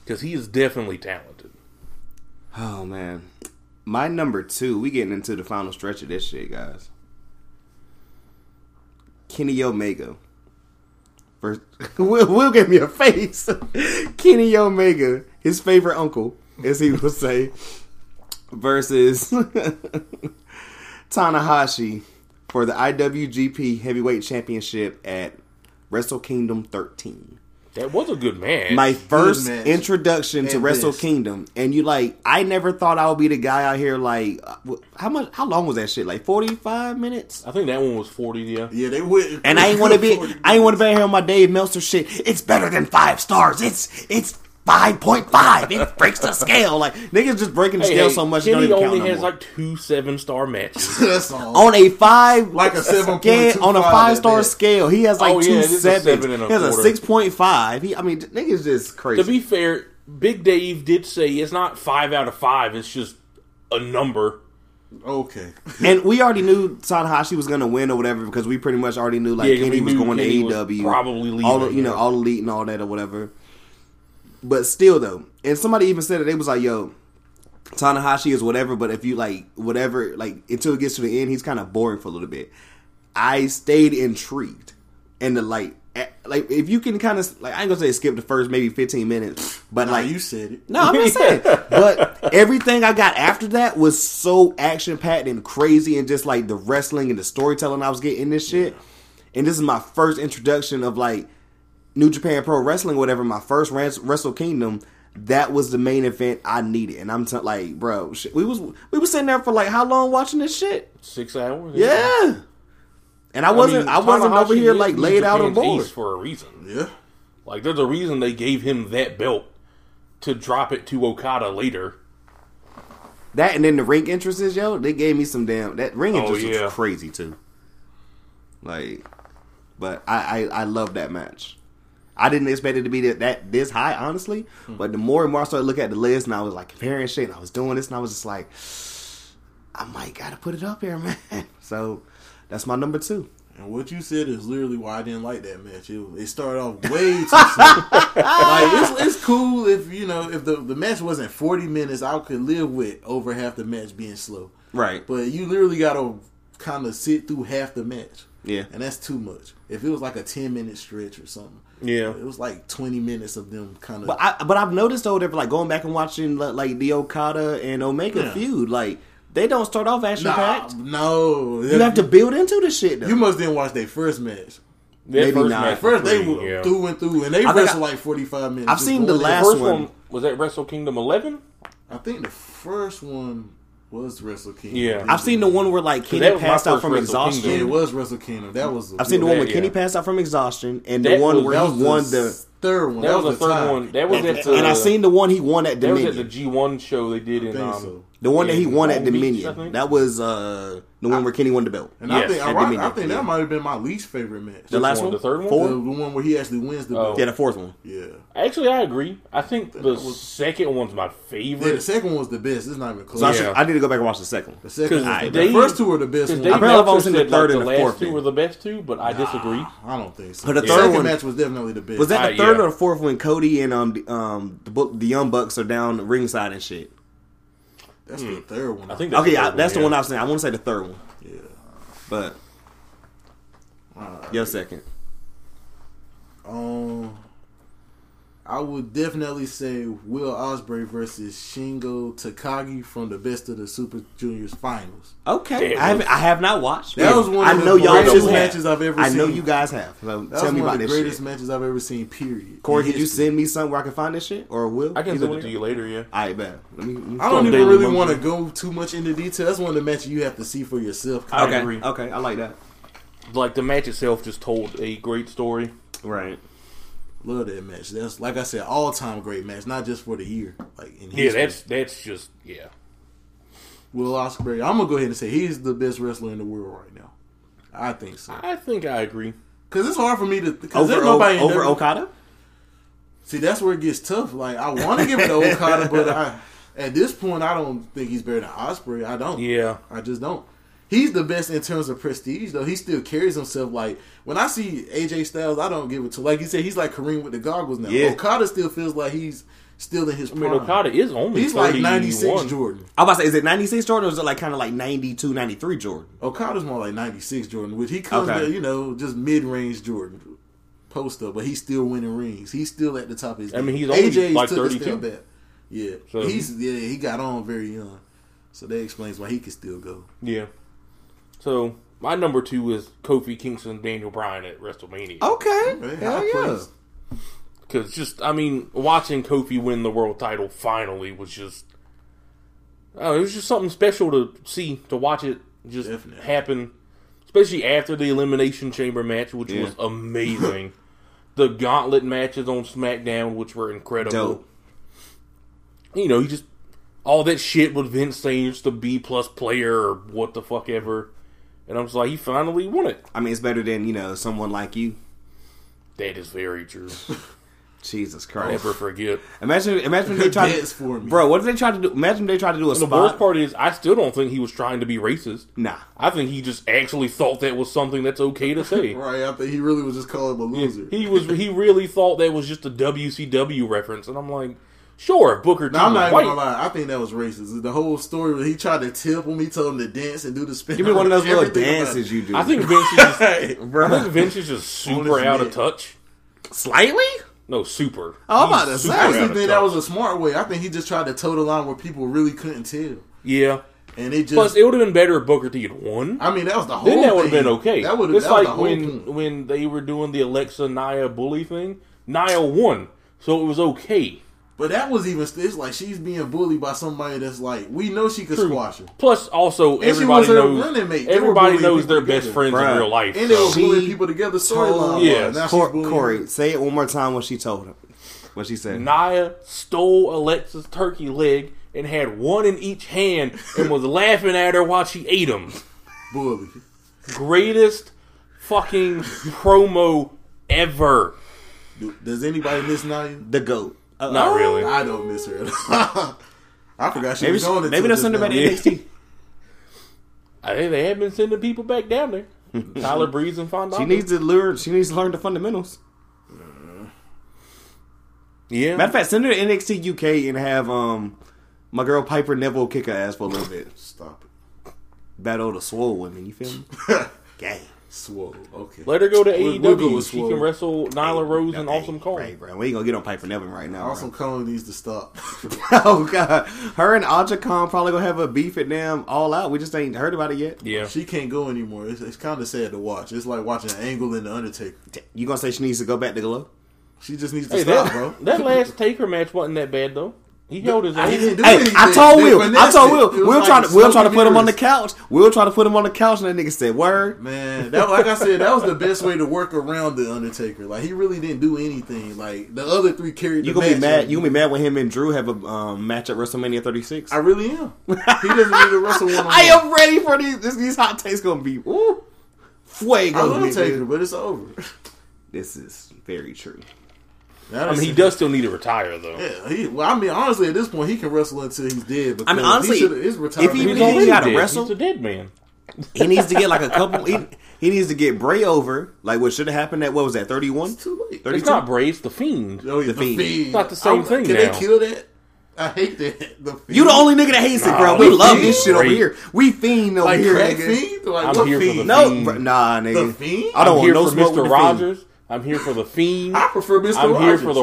because he is definitely talented. Oh man, my number two. We getting into the final stretch of this shit, guys. Kenny Omega. First, Will, Will gave me a face. Kenny Omega, his favorite uncle, as he will say, versus Tanahashi for the IWGP Heavyweight Championship at Wrestle Kingdom 13 That was a good match. my first match. introduction to And Wrestle this. Kingdom, and you like, I never thought I would be the guy out here. Like, uh, wh- how much? How long was that shit? Like forty five minutes. I think that one was 40. Yeah. Yeah, they would. And I ain't want to be. I ain't want to be out here on my Dave Meltzer shit. It's better than five stars. It's it's five point five. It breaks the scale. Like niggas just breaking the Hey, scale hey, so much. you Kenny don't even only count no has more. like two seven star matches. That's all. on a five Like a scale- 7.25 on a at five star that. scale. He has like Oh, two yeah, it is a sevens. seven and a he has a quarter. six point five. He, I mean, niggas just crazy. to be fair, Big Dave did say it's not five out of five. It's just a number. okay. And we already knew Tanahashi was going to win or whatever because we pretty much already knew like Yeah, 'cause Kenny we was knew going Kenny to was AEW, probably leaving, all the- you know, yeah. all elite and all that or whatever. But still, though, and somebody even said it. They was like, "Yo, Tanahashi is whatever, but if you like whatever, like until it gets to the end, he's kind of boring for a little bit." I stayed intrigued, and the like, eh, like if you can kind of like, I ain't gonna say skip the first maybe fifteen minutes, but Now like you said it. no, I'm not saying. But everything I got after that was so action packed and crazy, and just like the wrestling and the storytelling I was getting in this shit. And this is my first introduction of like New Japan Pro Wrestling, whatever. My first Wres- Wrestle Kingdom. That was the main event I needed, and I'm t- like, bro, shit, we was we was sitting there for like how long watching this shit? Six hours. Yeah. And I wasn't I, mean, wasn't over Tanahashi here is like New laid out on Japan's board. ace for a reason. Yeah. Like there's a reason they gave him that belt to drop it to Okada later. That and then the ring entrances, yo, they gave me some damn that ring Oh, entrance yeah. was crazy too. Like, but I I, I love that match. I didn't expect it to be that, that this high, honestly. But the more and more I started looking at the list, and I was like comparing shit, and I was doing this, and I was just like, I might gotta put it up here, man. So that's my number two. And what you said is literally why I didn't like that match. It, it started off way too slow. like it's, it's cool if you know if the, the match wasn't forty minutes, I could live with over half the match being slow. Right. But you literally gotta kind of sit through half the match. Yeah. And that's too much. If it was like a ten minute stretch or something. Yeah. It was like twenty minutes of them kind of. But I but I've noticed though that like going back and watching li- like the Okada and Omega Yeah. feud, like they don't start off action packed. no, You have to build into the shit though. You must didn't watch their first match. That Maybe not. match First was they pretty, were yeah. through and through, and they I think wrestled I- like forty five minutes. I've Just seen going the in. last First one. one was that Wrestle Kingdom 11. I think the first one was Wrestle Kingdom. Yeah. I've seen the one where like that Kenny was my passed out first from Wrestle exhaustion. Yeah, Kingdom. it was Wrestle Kingdom. That was. I've seen the one where Yeah. Kenny passed out from exhaustion, and the That one was- where That he was won the the. third one. That was the the third tie. one. That was at the, And I seen the one he won at that was at the Dominion. G1 show they did in think um, so. The one that he in won at Long Beach, I Dominion. think. That was uh, the one where Kenny won the belt. And I Yes, think, I, at I Dominion, think yeah. that might have been my least favorite match. The last one, one, the third one? the, four. the one where he actually wins the Oh. belt. Yeah, the fourth one. Yeah. Actually, I agree. I think the second one's my Yeah, the favorite. second one was the best. It's not even close. So I, should, Yeah. I need to go back and watch the second one. The second, 'Cause one, they- the first two were the best Because ones. Dave I probably Meltzer seen the said third like, and the the last fourth two then. were the best two, but I disagree. I don't think so. But the the third second one- match was definitely the best. Was that the Uh, third yeah. or the fourth when Cody and um the, um the, Bu- the Young Bucks are down ringside and shit? That's the third one. Hmm. I think that's Okay, the yeah, third that's the yeah. one I was saying. I want to say the third one, Yeah. but Uh, your second. Um, I would definitely say Will Osprey versus Shingo Takagi from the Best of the Super Juniors finals. Okay, Damn. I haven't. I have not watched. That was one of I the know y'all greatest have. matches I've ever I know seen. you guys have. So That tell was me one about of the this greatest shit. matches I've ever seen. Period. Corey, can In you history. send me something where I can find this shit, or will I can Either send it the to two. you later. Yeah. All right, bet. Let me. let me- I don't From even David really Mosley. want to go too much into detail. That's one of the matches you have to see for yourself. I okay, agree. okay, I like that. Like the match itself just told a great story. Right. Love that match. That's like I said, all time great match, not just for the year. Like in Yeah, history. that's that's just yeah. Will Ospreay. I'm gonna go ahead and say he's the best wrestler in the world right now. I think so. I think I agree. Cause it's hard for me to. Cause Over there's nobody o- in over there- Okada. See, that's where it gets tough. Like I want to give it to Okada, but I, at this point, I don't think he's better than Osprey. I don't. Yeah. I just don't. He's the best in terms of prestige, though. He still carries himself like when I see AJ Styles, I don't give it to. Like you said, he's like Kareem with the goggles now. Yeah. Okada still feels like he's still in his I prime. mean, Okada is only he's like 96 91. Jordan. I was about to say, is it 96 Jordan or is it like kind of like 92, 93 Jordan? Okada's more like 96 Jordan, which he comes Okay. to, you know, just mid range Jordan post up, but he's still winning rings. He's still at the top of his I game. mean, he's only, like, 32. back. Yeah. So- he's yeah, he got on very young. So that explains why he can still go. Yeah. So my number two is Kofi Kingston, Daniel Bryan at WrestleMania. Okay. Man, Hell high yeah. praise. Because just, I mean, watching Kofi win the world title finally was just, oh, it was just something special to see, to watch it just Definitely. happen. Especially after the Elimination Chamber match, which Yeah. was amazing. the gauntlet matches on SmackDown, which were incredible. Dope. You know, he just, all that shit with Vince saying he's the B plus player or what the fuck ever. And I'm just like, he finally won it. I mean, it's better than, you know, someone like you. That is very true. Jesus Christ. Never forget. Imagine, imagine if they tried Dance to. Oh. for me. Bro, what if they tried to do? Imagine if they tried to do a The spot. worst part is, I still don't think he was trying to be racist. nah. I think he just actually thought that was something that's okay to say. Right after he really was just calling him a loser. He was he really thought that was just a WCW reference, and I'm like, sure, if Booker T Now, I'm was not white. even gonna lie. I think that was racist. The whole story when he tried to tip him, he told him to dance and do the spin. Give me one of those little Everything about dances it. you do. I think Vince is just, I Bro. think Vince is just super his out of neck. touch. Slightly? No, super. Oh, I'm He's about to super say, I out actually of think that touch. was a smart way. I think he just tried to toe the line where people really couldn't tell, yeah. and it just Plus, it would have been better if Booker T had won. I mean, that was the whole. Then that would have thing. been okay. That would have It's that was the like whole when point. when they were doing the Alexa Nia bully thing. Nia won, so it was okay. But that was even. It's like she's being bullied by somebody that's like we know she could squash her, Plus, also she everybody was her knows running mate. They were everybody bullying knows people their best together. friends in Bruh. real life. and they were She bullying people together. Storyline. told- wise. Yeah. now she's Cor- bullying- Corey, say it one more time what she told him. What she said? Naya stole Alexa's turkey leg and had one in each hand and was laughing at her while she ate them. Bully. Greatest fucking promo ever. Do- Does anybody miss Naya? The goat. Uh, Not really. I don't miss her. at all. I forgot she Maybe was on she, it. maybe that's something about NXT. I think they have been sending people back down there. Tyler Breeze and Fonda. She needs to learn. She needs to learn the fundamentals. yeah. Matter of fact, send her to NXT UK and have um my girl Piper Neville kick her ass for a little bit. Stop it. Battle the swole women. You feel me? Gang. Swole. Okay. Let her go to We'll- AEW. we'll go with she Swole. can wrestle Nyla Rose and No, Awesome Cole. Right, bro. We ain't gonna get on Piper Neville right now. Also, Awesome. Cole needs to stop. Oh god, her and Aja Khan probably gonna have a beef at them all out. We just ain't heard about it yet. Yeah. she can't go anymore. It's, it's kind of sad to watch. It's like watching Angle and the Undertaker. You gonna say she needs to go back to Glow? She just needs to Hey, stop, that, bro. that last Taker match wasn't that bad though. He held his I didn't own. do Hey, anything. I told They Will. I finessed told it. Will. It was We'll like try to we'll try to smoke put him on the mirrors. couch. We'll try to put him on the couch, and that nigga said, "Word." Man, that like I said, that was the best way to work around the Undertaker. Like he really didn't do anything. Like the other three carried. You the gonna be match. mad? You gonna be mad when him and Drew have a um, match at WrestleMania 36? I really am. He doesn't need to wrestle one on one. I am ready for these. This, these hot takes gonna be woo, fuego. I love nigga. Taker, but it's over. This is very true. That I is- mean, he does still need to retire though. Yeah, he, well, I mean, honestly, at this point, he can wrestle until he's dead. Because I mean, honestly, he should've- his retirement. he He was He's already gotta dead. wrestle. He's a dead man. He needs to get like a couple. He, he needs to get Bray over, like what should have happened at what was that 31? It's too late. 32? It's not Bray. It's the Fiend. Oh, yeah, The the, Fiend. fiend. It's not the same I'm- thing Can now. they kill that? I hate that. The fiend. You the only nigga that hates it, bro. Nah, We the love Fiend this shit over great. here. We fiend over like here, crack nigga. fiend. Like I'm what here for the fiend? No, Fiend. bro, nah, nigga. The Fiend? I I'm don't here want no for smoke with Mr. the Fiend. Rogers. I'm here for the Fiend. I prefer mister I'm here Rogers. for the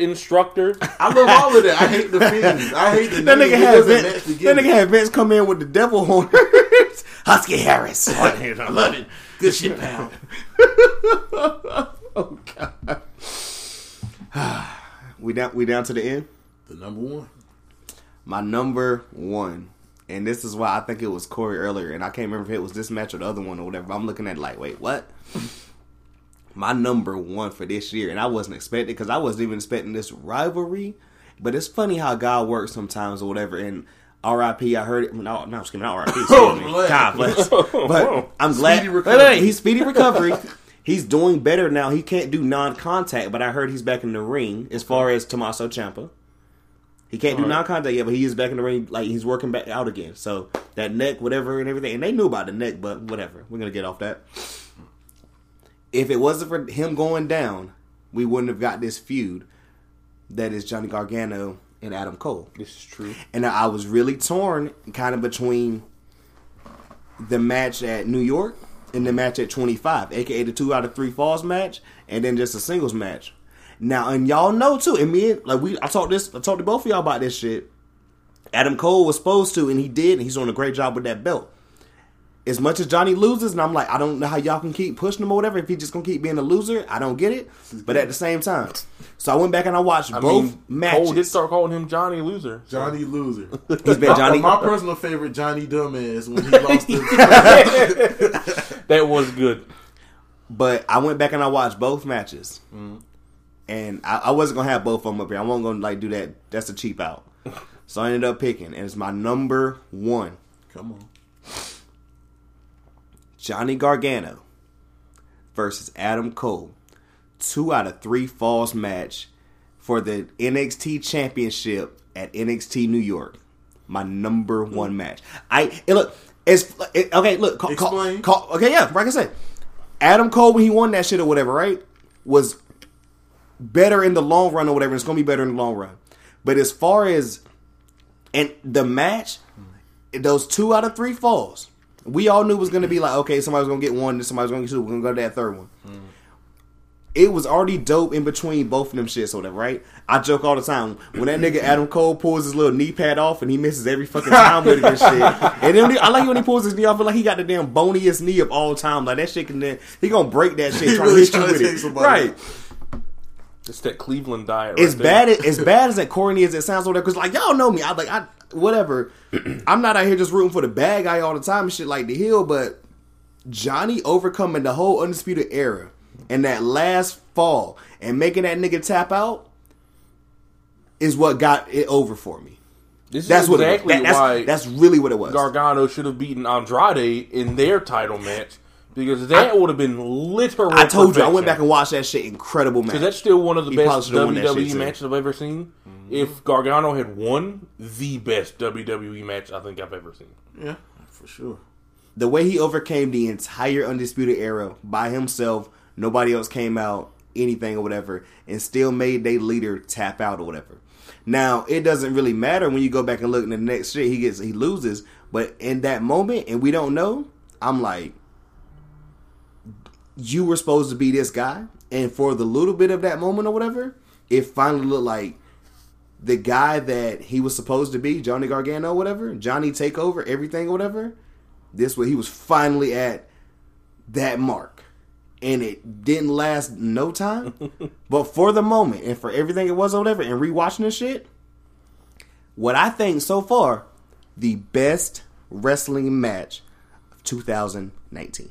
instructor. I love all of that. I hate the fiend. I hate the That nigga had Vince, that match together. nigga had Vince come in with the devil horns. Husky Harris. I love it. good shit pound. We down we down to the end. The number one. My number one. And this is why I think it was Corey earlier, and I can't remember if it was this match or the other one or whatever. But I'm looking at it like, wait, what? My number one for this year, and I wasn't expecting because I wasn't even expecting this rivalry. But it's funny how God works sometimes or whatever. And R.I.P. I heard it. No, no, excuse me, not R.I.P. Excuse me. Bless. God bless. But Whoa. I'm glad. Speedy Wait, recovery. wait, he's speedy recovery. he's doing better now. He can't do non-contact, but I heard he's back in the ring as far as Tommaso Ciampa. He can't do non-contact yet, but he is back in the ring. Like he's working back out again. So that neck, whatever, and everything. And they knew about the neck, but whatever. We're gonna get off that. If it wasn't for him going down, we wouldn't have got this feud that is Johnny Gargano and Adam Cole This is true. and I was really torn, kind of between the match at New York and the match at 25, aka the two out of three falls match, and then just a singles match. Now, and y'all know too, and me, like we, I talked this, I talked to both of y'all about this shit. Adam Cole was supposed to, and he did, and he's doing a great job with that belt. As much as Johnny loses, and I'm like, I don't know how y'all can keep pushing him or whatever. If he's just gonna keep being a loser, I don't get it. But at the same time, so I went back and I watched I both mean, matches. Cole did start calling him Johnny Loser. Johnny Loser. He's been Johnny. My personal favorite, Johnny Dumbass, when he lost the That was good. But I went back and I watched both matches, and I, I wasn't gonna have both of them up here. I wasn't gonna like do that. That's a cheap out. so I ended up picking, and it's my number one, Come on. Johnny Gargano versus Adam Cole, two out of three falls match for the NXT Championship at NXT New York. My number one match. I and look. It's it- okay. Look, call, call, Explain. call, okay, yeah. Like I said, Adam Cole when he won that shit or whatever, right, was better in the long run or whatever. It's gonna be better in the long run. But as far as and the match, those two out of three falls, we all knew was gonna be like, okay, somebody's gonna get one, then somebody's gonna get two, we're gonna go to that third one. It was already dope in between both of them shits or whatever, right? I joke all the time when that nigga Adam Cole pulls his little knee pad off and he misses every fucking time with it and shit. And then when he- I like when he pulls his knee off, I feel like he got the damn boniest knee of all time. Like that shit can then he gonna break that shit He trying to really hit you trying to with take it, somebody right? out. It's that Cleveland diet. as right bad as, as bad as that corny as it sounds, whatever. Because like y'all know me, I like I whatever. I'm not out here just rooting for the bad guy all the time and shit like the heel, but Johnny overcoming the whole undisputed era and that last fall and making that nigga tap out. is what got it over for me. This That's is what exactly it was. That- that's, why that's really what it was. Gargano should have beaten Andrade in their title match because that would have been literal. I told you, I went perfection. back and watched that shit. Incredible match. So that's still one of the He probably best should've won that shit, WWE too. matches I've ever seen. If Gargano had won, the best WWE match I think I've ever seen. Yeah, for sure. the way he overcame the entire undisputed era by himself, nobody else came out, anything or whatever, and still made their leader tap out or whatever. Now it doesn't really matter when you go back and look in the next shit he gets he loses, but in that moment and we don't know, I'm like, you were supposed to be this guy, and for the little bit of that moment or whatever, it finally looked like the guy that he was supposed to be, Johnny Gargano, or whatever, Johnny Takeover, everything or whatever. This way, he was finally at that mark, and it didn't last no time. but for the moment, and for everything it was or whatever, and rewatching this shit, what I think so far, the best wrestling match of 2019.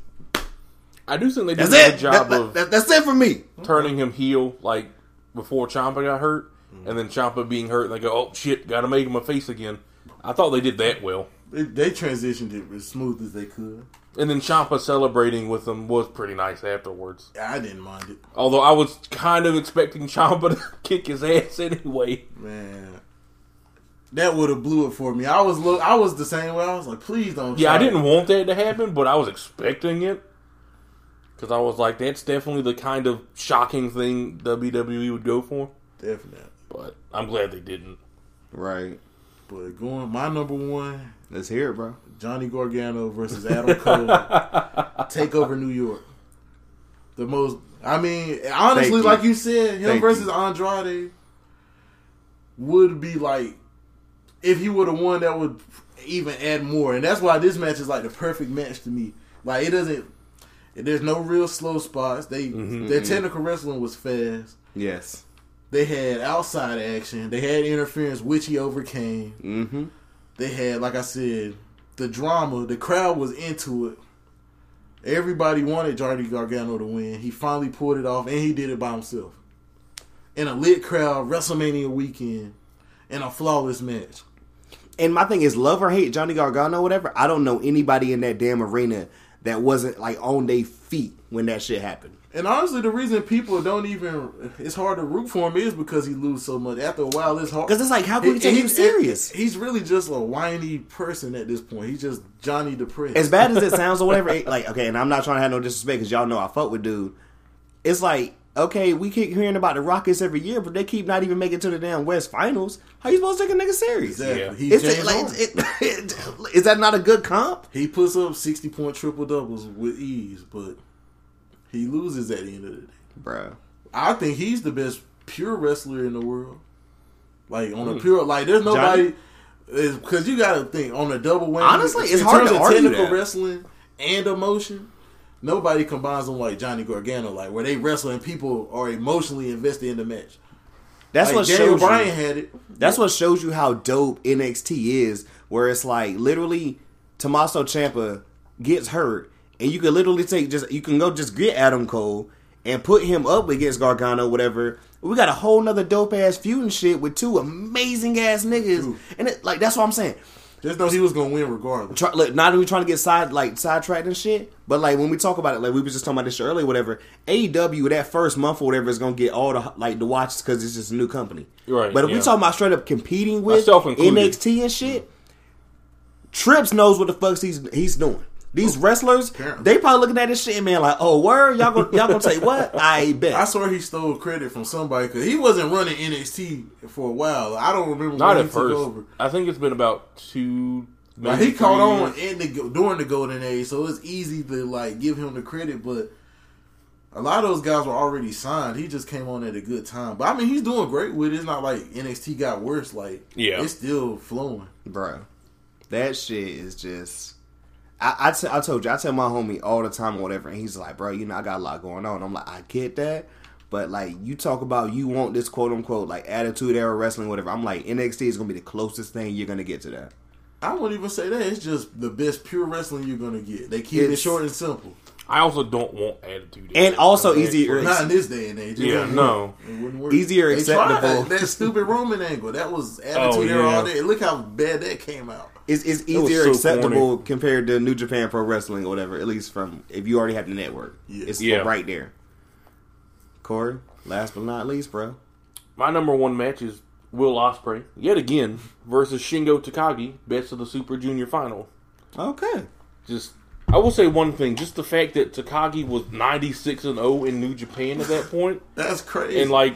I do think they did That's a it. good job That- of that- that's it for me. turning him heel, like before Ciampa got hurt, Mm-hmm. and then Ciampa being hurt, and they go, "Oh shit, gotta make him a face again." I thought they did that well, They, they transitioned it as smooth as they could. and then Ciampa celebrating with him was pretty nice afterwards. I didn't mind it, Although I was kind of expecting Ciampa to kick his ass anyway. man. That would have blew it for me. I was look. I was the same way. I was like, please don't. Yeah, I try it. didn't want that to happen, but I was expecting it because I was like, "That's definitely the kind of shocking thing WWE would go for." Definitely. But I'm glad they didn't. Right. But going my number one, Let's hear it, bro. Johnny Gargano versus Adam Cole, take over New York. The most, I mean, honestly, you. like you said, him Thank versus you. Andrade would be like if he would have won, that would even add more, and that's why this match is like the perfect match to me. Like it doesn't, there's no real slow spots. They Mm-hmm, their technical wrestling was fast. Yes. They had outside action. They had interference, which he overcame. Mm-hmm. They had, like I said, the drama. The crowd was into it. Everybody wanted Johnny Gargano to win. He finally pulled it off, and he did it by himself. In a lit crowd, WrestleMania weekend, in a flawless match. And my thing is, love or hate Johnny Gargano, whatever. I don't know anybody in that damn arena that wasn't like on their feet when that shit happened. And honestly, the reason people don't even—it's hard to root for him is because he lose so much. After a while, it's hard. Because it's like, how can we take him He's- serious? he's really just a whiny person at this point. He's just Johnny depressed. as bad as it sounds or whatever, it, like okay, and I'm not trying to have no disrespect because y'all know I fuck with dude. It's like okay, we keep hearing about the Rockets every year, but they keep not even making it to the damn West Finals. How you supposed to take a nigga serious? Exactly. Yeah. Is, He's James it, like, Harden. it, it- is that not a good comp? He puts up sixty point triple doubles with ease, but he loses at the end of the day. Bruh. I think he's the best pure wrestler in the world. Like Hmm. on a pure, like there's nobody. Because you got to think on a double win. Honestly, it's hard to argue technical that. wrestling and emotion. Nobody combines them like Johnny Gargano, like where they wrestle and people are emotionally invested in the match. That's Like what Daniel shows you- Bryan had it. That's what shows you how dope NXT is, where it's like literally Tommaso Ciampa gets hurt, and you can literally take just you can go just get Adam Cole and put him up against Gargano, whatever. We got a whole nother dope ass feud and shit with two amazing ass niggas, and it, like that's what I'm saying. Just know he was gonna win regardless. Try, look, not even trying to get side like sidetracked and shit, but like when we talk about it, like we was just talking about this shit earlier, whatever. AEW that first month or whatever is gonna get all the like the watches because it's just a new company, Right, But if we yeah. talking about straight up competing with Myself included. NXT and shit, Trips knows what the fuck he's he's doing. These wrestlers, Apparently. they probably looking at this shit and being like, "Oh, word, y'all gonna y'all gonna say what? I bet." I swear he stole credit from somebody because he wasn't running NXT for a while. I don't remember Not when at he first. took over. I think it's been about two. Like, maybe he caught three on years. in the during the golden age, so it's easy to like give him the credit. But a lot of those guys were already signed. He just came on at a good time. But I mean, he's doing great with it. It's not like NXT got worse. Like Yeah. it's still flowing. Bruh, that shit is just. I I te- I told you, I tell my homie all the time or whatever, and he's like, bro, you know, I got a lot going on. I'm like, I get that. But, like, you talk about you want this quote unquote, like, attitude era wrestling, whatever. I'm like, NXT is going to be the closest thing you're going to get to that. I wouldn't even say that. It's just the best pure wrestling you're gonna get. They keep it It's- short and simple. I also don't want attitude. And Era. also Okay. easier- Not in this day and age. It Yeah, wouldn't no. work. It wouldn't work. Easier They tried acceptable. That stupid Roman angle. That was attitude Oh, era all yeah. day. Look how bad that came out. It's, it's was easier so acceptable compared to New Japan Pro Wrestling or whatever. At least from if you already have the network, Yeah. it's Yeah. right there. Corey, last but not least, bro. My number one match is Will Osprey yet again versus Shingo Takagi, best of the Super Junior final. Okay, Just, I will say one thing: just the fact that Takagi was ninety six and zero in New Japan at that point, That's crazy. and like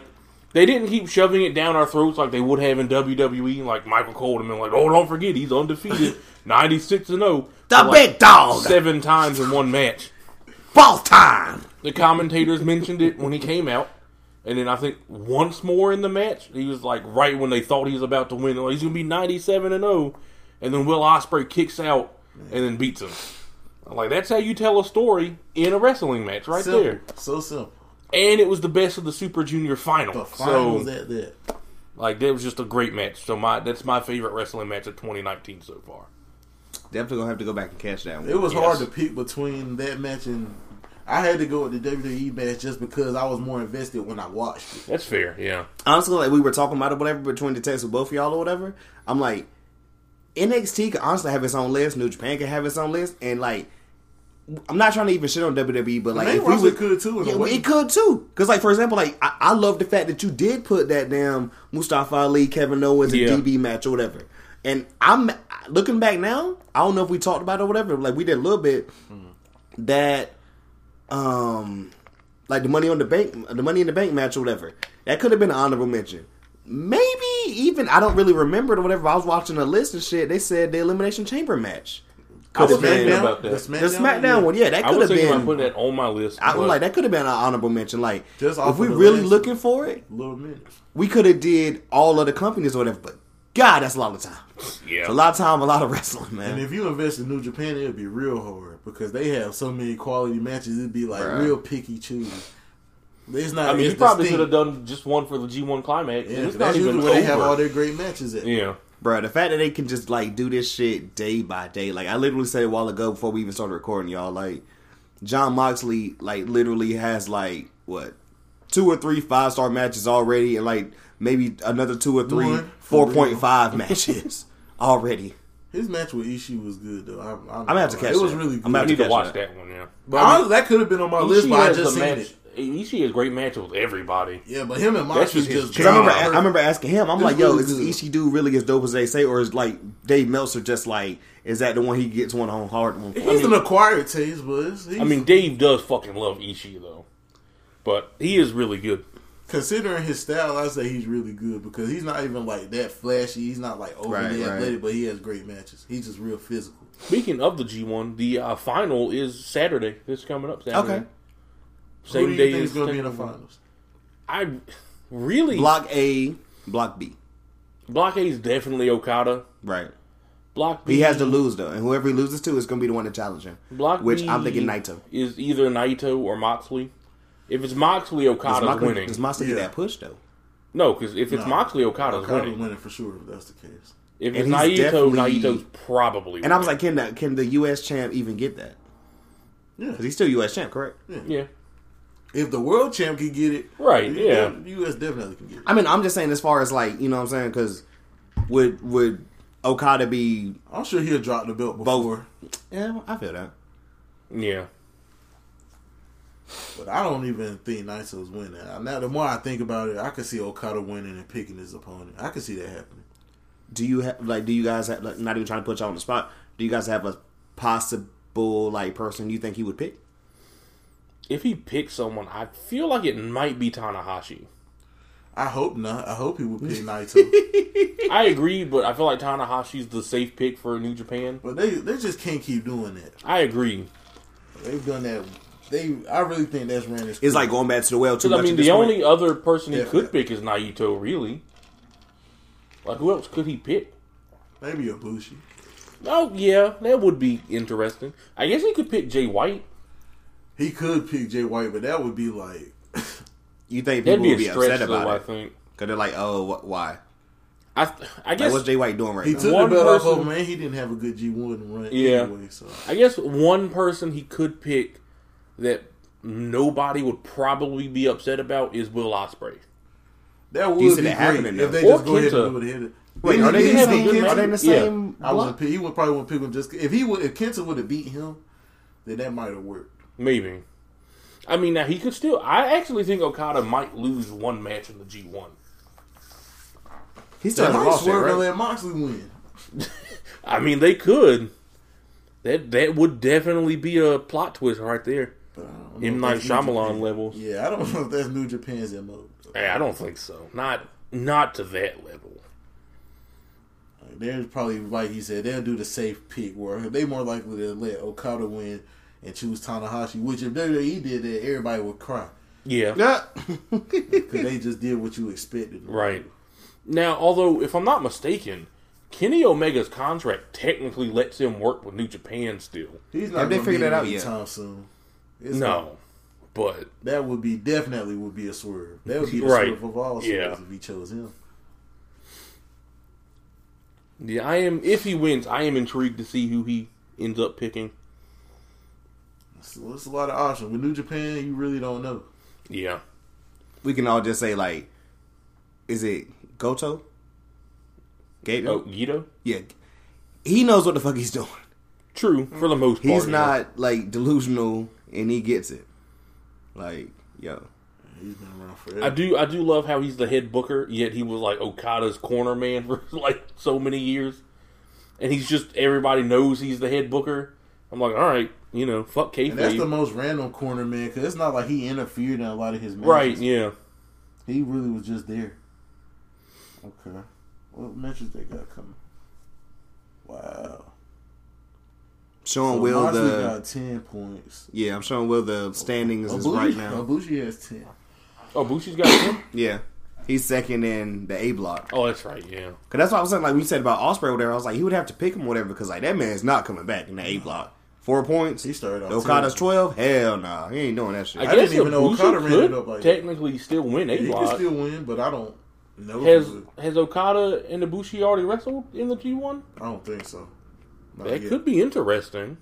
they didn't keep shoving it down our throats like they would have in WWE. Like Michael Cole would have been like, "Oh, don't forget he's undefeated, ninety six and zero, the big dog, seven times in one match." ball time. The commentators mentioned it when he came out. And then I think once more in the match, he was like right when they thought he was about to win. Like, he's going to be 97 and 0. And then Will Osprey kicks out and then beats him. I'm like, that's how you tell a story in a wrestling match right simple. there. So simple. And it was the best of the Super Junior final. The so, finals at that. like, that was just a great match. So, my that's my favorite wrestling match of 2019 so far. Definitely gonna have to go back and catch that It one. was Yes. hard to pick between that match and. I had to go with the WWE match just because I was more invested when I watched it. That's fair, yeah. Honestly, like we were talking about it, whatever between the text with both of y'all or whatever. I'm like, NXT could honestly have its own list. New Japan could have its own list, and like. I'm not trying to even shit on WWE, but like Main if we roster would, could, too, in a yeah, way. it could too. Because like for example, like I, I love the fact that you did put that damn Mustafa Ali, Kevin Owens, and Yeah. DB match or whatever. And I'm looking back now. I don't know if we talked about it or whatever. but, Like we did a little bit that, um, like the money on the bank, the money in the bank match or whatever. That could have been an honorable mention. Maybe even I don't really remember it or whatever. I was watching a list and shit. They said the elimination chamber match. Could was have been thinking the about that. The SmackDown, SmackDown, one. Yeah, that I could was have thinking about been. putting that on my list. I was but like, that could have been an honorable mention. Like, Just off if of we the really list. looking for it, Little minutes. we could have did all of the companies or whatever. But God, that's a lot of time. Yeah. It's a lot of time, a lot of wrestling, man. And if you invest in New Japan, it'd be real hard because they have so many quality matches. It'd be like Bruh. real picky choosing. It's not. I mean, it's you probably distinct. should have done just one for the G1 climax. Yeah, and it's that's not even usually where they have over. all their great matches at. Yeah. Bruh, the fact that they can just like do this shit day by day. Like I literally said a while ago before we even started recording, y'all. Like John Moxley, like literally has like what two or three five star matches already, and like maybe another two or three One, four for real. point five matches already. His match with Ishii was good though. I'm, I'm, gonna have to catch It was that. really good. I'm gonna I have need to catch watch that. that one, yeah. But honestly, that could have been on my list, Ishii but I has just a seen match. it. Ishii has great matches with everybody. Yeah, but him and That's Moxley just his just. Because I remember, Yeah. I remember asking him, I'm It's like, "Yo, really is good. this Ishii dude really as dope as they say, or is like Dave Meltzer just like is that the one he gets one on hard one?" He's an acquired taste, but it's, he's, I mean, Dave does fucking love Ishii, though. But he is really good. considering his style, I say he's really good because he's not even like that flashy. He's not like overly Right, right. athletic, but he has great matches. He's just real physical. Speaking of the G1, the uh, final is Saturday. It's coming up Saturday. Okay. Same Who do day you think as is going to be in the Takeover. finals? I really block, Block A, Block B, A is definitely Okada. right? Block B He has to lose though, and whoever he loses to is going to be the one to challenge him. Block which B I'm thinking Naito. is either Naito or Moxley. If it's Moxley, Does Okada's Moxley, winning. does Moxley get Yeah. that push though? no, because if it's No. Moxley, Okada's Okada's winning. winning. for sure if that's the case. If And it's he's Naito, definitely- Naito's probably. And I was winning. like, can the, can the U.S. champ even get that? Yeah. Because he's still U.S. champ, correct? yeah, If the world champ can get it, Right, the yeah. U- U.S. definitely can get it. I mean, I'm just saying as far as like you know what I'm saying because would would Okada be? I'm sure he'll drop the belt before, Yeah, I feel that. yeah. but I don't even think Naito's winning. Uh, Now, the more I think about it, I could see Okada winning and picking his opponent. I could see that happening. do you have like do you guys have like not even trying to put y'all on the spot do you guys have a possible like person you think he would pick If he picks someone, I feel like it might be Tanahashi. I hope not. I hope he would pick Naito, I agree, but I feel like Tanahashi's the safe pick for New Japan. but they they just can't keep doing that. I agree. They've done that. They I really think that's Randy's. it's like going back to the well too Because much I mean, at this the point. only other person he Yeah. could pick is Naito, really. Like, who else could he pick? maybe a Bushi. Oh yeah, that would be interesting. I guess he could pick Jay White. He could pick Jay White, but that would be like you think people That'd be a would be stretch, upset though. I about it think. because they're like oh wh- why I I like, guess what's Jay White doing right he now took One the belt off person- of man. He didn't have a good G one run Yeah. anyway. So I guess one person he could pick that nobody would probably be upset about is Will Osprey. That would You be said it happening, great though. if they Or just go ahead Kenta. and do it. Hit it. Wait, are they, didn't in the have a same, good are they in the match? Yeah. same I was block? he would probably want to pick him just if he would if Kenta would have beat him, then that might have worked. Maybe. I mean, now he could still. I actually think Okada might lose one match in the G one. He still They hasn't might lost it, swerve and right? let Moxley win. I mean, they could. That that would definitely be a plot twist right there. But I don't know M if Night that's New Shyamalan Japan. levels. Yeah, I don't know if that's New Japan's MO. Hey, I don't think so. Not not to that level. Like, they're probably like you said, they'll do the safe pick where they more likely to let Okada win and choose Tanahashi. Which if WWE did that, everybody would cry Yeah. because they just did what you expected. Right. Now, although if I'm not mistaken, Kenny Omega's contract technically lets him work with New Japan still. He's not Have they gonna figured be that out there yet? Anytime soon. It's not- No. But that would be definitely would be a swerve. That would be the Right. swerve of all swerves Yeah. if he chose him. yeah, I am if he wins, I am intrigued to see who he ends up picking. So it's a lot of options with New Japan. You really don't know. Yeah. We can all just say like, is it Goto? Gato? Oh, Guido? Yeah, he knows what the fuck he's doing. True, for the most part. He's yeah. not like delusional, and he gets it. Like, yo, He's been around forever. I do I do love how he's the head booker, yet he was like Okada's corner man for like so many years. And he's just everybody knows he's the head booker. I'm like, all right, you know, fuck K. And that's the most random corner man because it's not like he interfered in a lot of his matches. Right, yeah. He really was just there. Okay. What matches they got coming? Wow. showing So Will Moxley the got ten points. yeah, I'm showing Will the standings is Ibushi- right now. Ibushi has ten. Oh, Bushi's got him? Yeah, he's second in the A block. Oh, that's right, yeah. Cause that's what I was saying. Like we said about Osprey, or whatever. I was like, he would have to pick him, or whatever. Because like that man's not coming back in the A block. Four points. He started off Okada's ten. twelve. Hell nah, he ain't doing that shit. I, I guess didn't even know Ibushi Okada ran could it up like that. technically still win a He can lot. still win, but I don't know. if he Has would. has Okada and Ibushi already wrestled in the G one? I don't think so. Not That yet. could be interesting.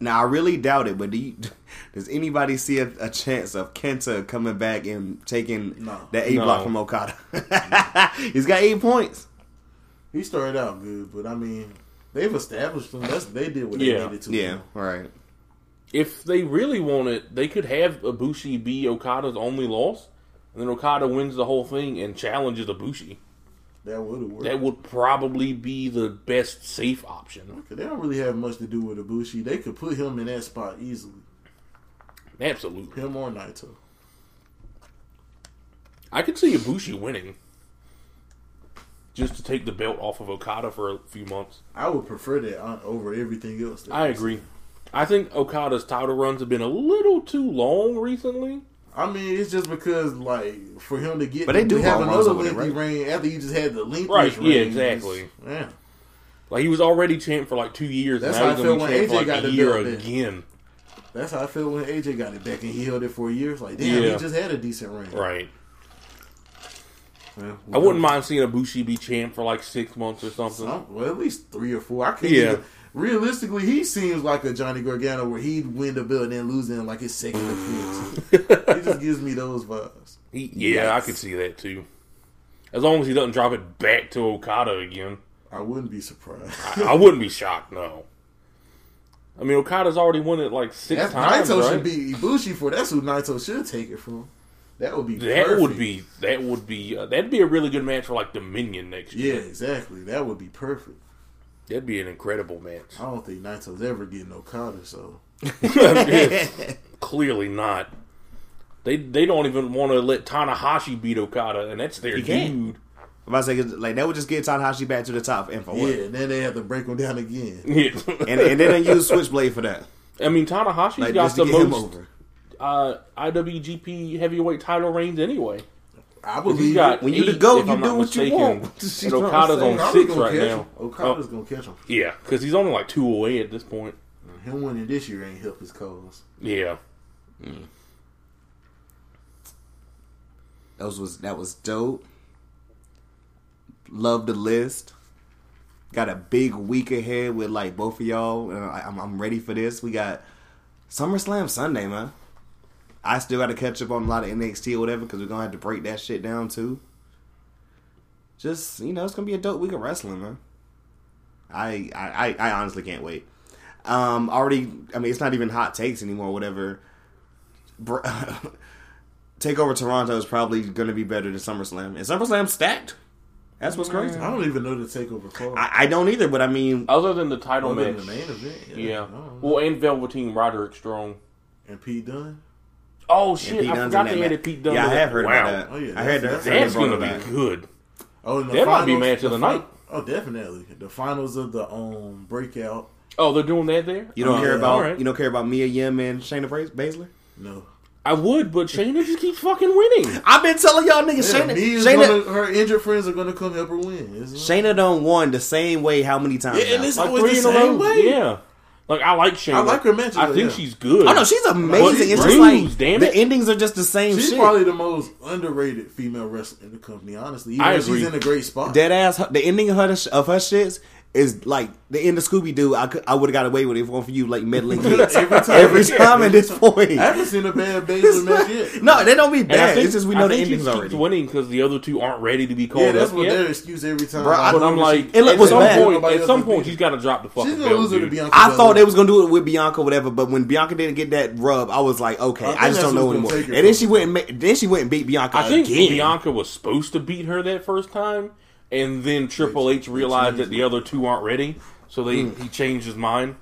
Now I really doubt it, but do you, does anybody see a, a chance of Kenta coming back and taking No. that A block No. from Okada? He's got eight points. He started out good, but I mean, they've established him. That's they did what Yeah. they needed to. Yeah, do. right. If they really want it, they could have Ibushi be Okada's only loss, and then Okada wins the whole thing and challenges Ibushi. that would have worked. That would probably be the best safe option. 'Cause they don't really have much to do with Ibushi. They could put him in that spot easily. Absolutely, Him or Naito. I could see Ibushi winning just to take the belt off of Okada for a few months. I would prefer that on, over everything else. that I they agree. I think Okada's title runs have been a little too long recently. I mean, it's just because like for him to get, But they to do have long runs another over there, lengthy reign after you just had the lengthiest Right, yeah, reign. it's- exactly. Yeah, Like he was already champ for like two years. That's and now how he's I gonna felt be when champ for AJ like got a the year belt then. again. that's how I felt when AJ got it back and he held it for a year. It's like, damn, Yeah. he just had a decent reign. Right. Yeah, I wouldn't mind seeing Ibushi be champ for like six months or something. Some, well, at least three or four. I can't. Yeah. even- realistically, he seems like a Johnny Gargano where he'd win the belt and then lose it in like his second appearance. he just gives me those vibes. He- yeah, I could see that too. As long as he doesn't drop it back to Okada again, I wouldn't be surprised. I, I wouldn't be shocked. No. I mean, Okada's already won it like six That's times, Naito right? should be Ibushi for. That's who Naito should take it from. That would be. that perfect. would be that would be uh, that'd be a really good match for like Dominion next Yeah, year. exactly. That would be perfect. That'd be an incredible match. I don't think Naito's ever getting Okada, so Clearly not. They they don't even want to let Tanahashi beat Okada, and that's their He can't. dude. I'm about to say 'cause, like that would just get Tanahashi back to the top and for yeah. what? And then they have to break him down again. Yeah. And and they didn't use Switchblade for that. I mean, Tanahashi's Like got just to the get him most over. uh, IWGP heavyweight title reigns anyway. I He's believe got When you the eight, GOAT, if you I'm do not what you mistaken. want. You And know what I'm Okada's saying? on Okada's six gonna right catch now. him. Okada's gonna catch him. Oh, yeah, because he's only like two away at this point. Him winning this year ain't help his cause. Yeah, Those was that was dope. Love the list. Got a big week ahead with like both of y'all, and I, I'm, I'm ready for this. We got SummerSlam Sunday, man. I still got to catch up on a lot of NXT or whatever because we're gonna have to break that shit down too. Just you know, it's gonna be a dope week of wrestling, man. I I I, I honestly can't wait. Um, already, I mean, it's not even hot takes anymore. Whatever. Br- Takeover Toronto is probably gonna be better than SummerSlam. And SummerSlam stacked. That's what's crazy. I don't even know the takeover card. I, I don't either, but I mean, Other than the title Other than match, the main event. Yeah. yeah. Oh, I don't know. Well, and Velveteen Roderick Strong. And Pete Dunne. Oh shit! Pete I Dunne's forgot in they that had ma- a Pete Dunne. Yeah, I match. have heard Wow. about that. Oh, yeah, I heard that. that's- they That's brought gonna it be back. good. Oh, and the That might be finals- match of the fin- night. Oh, definitely. The finals of the um breakout. Oh, they're doing that there. You don't Oh, care yeah. about Alright. you don't care about Mia Yim and Shayna Bas- Baszler. No. I would, but Shayna just keeps fucking winning. I've been telling y'all niggas Yeah, Shayna, me is Shayna, gonna, her injured friends are gonna come help her win. It's- Shayna done won the same way how many times? Yeah, and now? it's- Like always three in the a row. same way. Yeah. Like I like Shayna. I like her matches, I though, think yeah. she's good. oh no, she's Well, amazing. she It's just rules, like damn the it. endings are just the same She's shit. probably the most underrated female wrestler in the company, honestly. Even I if agree. she's in a great spot. Dead ass. The ending of her of her shits is like the end of Scooby Doo. I could, I would have got away with it if it weren't for you like meddling kids Every time. every time at this point. I haven't seen a bad Baszler match yet. No, they don't be And I bad. think, It's just we I know the think she endings keeps already. winning because the other two aren't ready to be called Yeah, that's up what yet. their excuse every time. Bro, I- But I'm like, It look- at was some bad. point, Nobody at else some can point, beat she's got to drop the fucking she's gonna belt. lose her to dude. Bianca. I Belair. thought they was gonna do it with Bianca, whatever. But when Bianca didn't get that rub, I was like, okay, I think I, just that's don't know what's anymore. gonna And take her then from she went and ma- then she went and beat Bianca I think again. Bianca was supposed to beat her that first time, and then Triple H realized that the other two aren't ready, so they he changed his mind.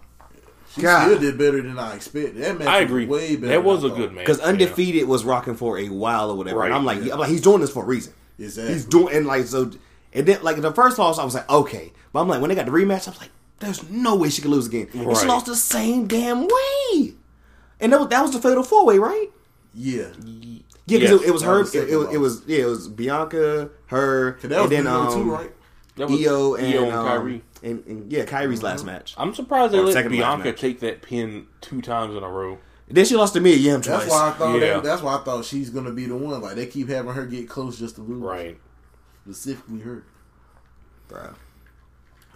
She God. still did better than I expected. That match I was agree. way better. That was a than I good thought. match. because yeah. undefeated was rocking for a while or whatever. and Right, I'm like, yeah. I'm like, he's doing this for a reason. Exactly. He's doing and like so, and then like the first loss, I was like, okay, but I'm like, when they got the rematch, I was like, there's no way she could lose again. And she Right. lost the same damn way, and that was, that was the fatal four way, right? Yeah. Yeah, because it, Yes, it was that her. was the It, second it was loss. it was yeah, it was Bianca, her, That was and then then, um, too, right? That was Io and, Mm-hmm. Io um, Kyrie. and, and yeah, Kyrie's last match. I'm surprised they Or let second last Bianca match. take that pin two times in a row. Then she lost to me, yeah, twice. That's why I thought. Yeah. That, that's why I thought she's gonna be the one. Like they keep having her get close just to lose. Right. Specifically her. Bruh.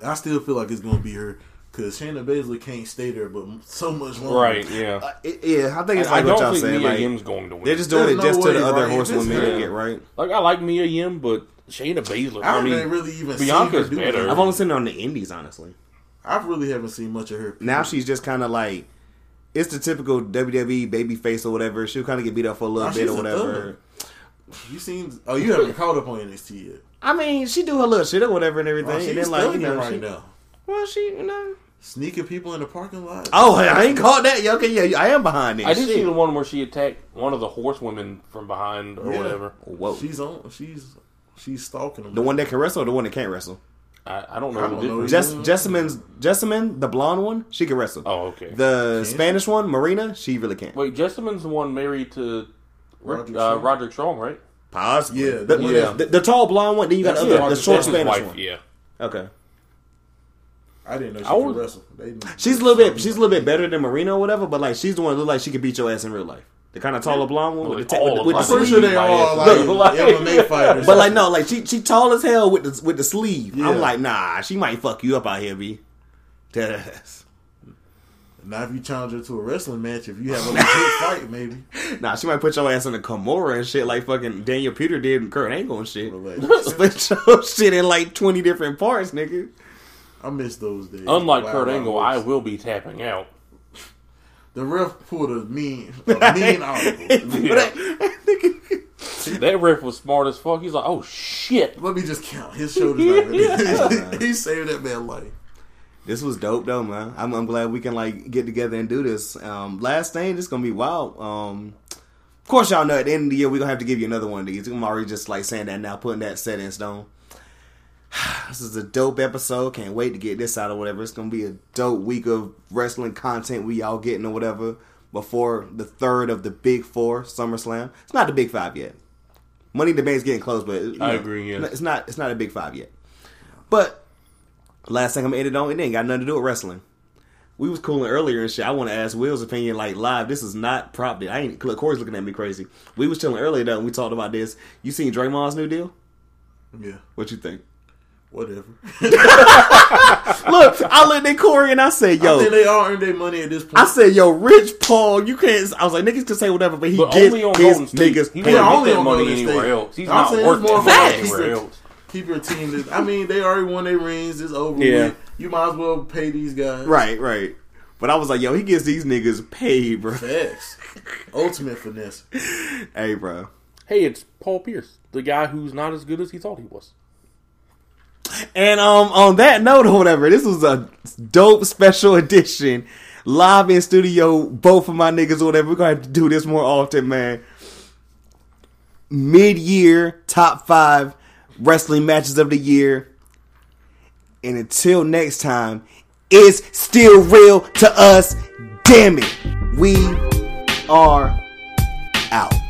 I still feel like it's gonna be her because Shayna Baszler can't stay there, but m- so much longer. Right. Yeah. Uh, it- yeah, I think it's I like what don't y'all think saying. Mia like, Yim's going to win. they're just doing it There's no just to way, the other right? horsewoman This is- to get right. like I like Mia Yim, but Shayna Baszler. I, I, haven't mean, really even Bianca's seen her do better. that. I've only seen her on the indies, honestly. I really haven't seen much of her. Now she's just kind of like, it's the typical WWE babyface or whatever. She'll kind of get beat up for a little Now bit Oh, she's or a whatever. thug. You seen? Oh, you haven't caught up on NXT yet. I mean, she do her little shit or whatever and everything. Oh, and she's then like, you thugging know, right she, now, well, she, you know. sneaking people in the parking lot. Oh, I ain't caught that. Yeah, Okay, yeah, I am behind it. I did Shit. see the one where she attacked one of the horsewomen from behind or Yeah. whatever. Whoa, she's on. She's she's stalking them. the one that can wrestle or the one that can't wrestle. I, I don't know. I the don't know. difference. Jess, Mhm. Jessamine's Jessamine, the blonde one, she can wrestle. Oh, okay. The Spanish one, Marina, she really can't. Wait, Jessamine's the one married to Roderick, Roderick uh, Strong? Roderick Strong, right? Possibly. Yeah, the, the one yeah. that- The, the tall blonde one. Then you got the That's other, his the wife. short that's his Spanish wife, one. Yeah. Okay, I didn't know she I could would- wrestle. They didn't- she's a little bit she's a little bit better than Marina or whatever, but like she's the one that look like she could beat your ass in real life. The kind of taller blonde one with the, ta- All with the, of with the them. I'm pretty sure sleeve. they all Oh, like, Look, like- MMA fighters. But like no, like she she tall as hell with the with the sleeve. Yeah. I'm like nah, she might fuck you up out here, b. Dead ass. Now if you challenge her to a wrestling match, if you have a legit fight, maybe. Nah, she might put your ass in a Kimura and shit like fucking Daniel Peter did in Kurt Angle and shit. Relax. Split your shit in like twenty different parts, nigga. I miss those days. Unlike Wow, Kurt wow, Angle, wow. I will be tapping out. the ref pulled a mean, a mean article. That ref was smart as fuck. He's like, oh shit. Let me just count his shoulders. Like that. he saved that man life. This was dope though, man. I'm, I'm glad we can like get together and do this. Um, last thing, this gonna be wild. Um, of course, y'all know at the end of the year we're gonna have to give you another one of these. I'm already just like saying that now, putting that set in stone. this is a dope episode. Can't wait to get this out or whatever. It's gonna be a dope week of wrestling content we all getting or whatever before the third of the big four SummerSlam. It's not the big five yet. Money in the Bank's getting close, but you I agree, yeah. it's not it's not a big five yet. But last thing I'm gonna end it on, it ain't got nothing to do with wrestling. We was cooling earlier and shit. I want to ask Will's opinion, like live. This is not propped. I ain't. Look, Corey's looking at me crazy. We was chilling earlier though. And we talked about this. You seen Draymond's new deal? Yeah. What you think? Whatever. Look, I looked at Corey and I said, I "Yo." think they all earned their money at this point. I said, "Yo, Rich Paul, you can't." I was like, "Niggas can say whatever, but he But gets only on Golden his State. niggas." He paid. wouldn't Yeah, get only that on money Golden State. anywhere else. He's I'm not saying worth it's more that money facts. anywhere else. Keep your team. This, I mean, they already won their rings. It's over. Yeah. With. You might as well pay these guys. Right, right. But I was like, "Yo, he gets these niggas paid, bro." Facts. Ultimate finesse. hey, bro. Hey, it's Paul Pierce, the guy who's not as good as he thought he was. And um, on that note or whatever, this was a dope special edition, live in studio. Both of my niggas or whatever, we're gonna have to do this more often, man. Mid year top five wrestling matches of the year. And until next time, it's still real to us. Damn it, we are out.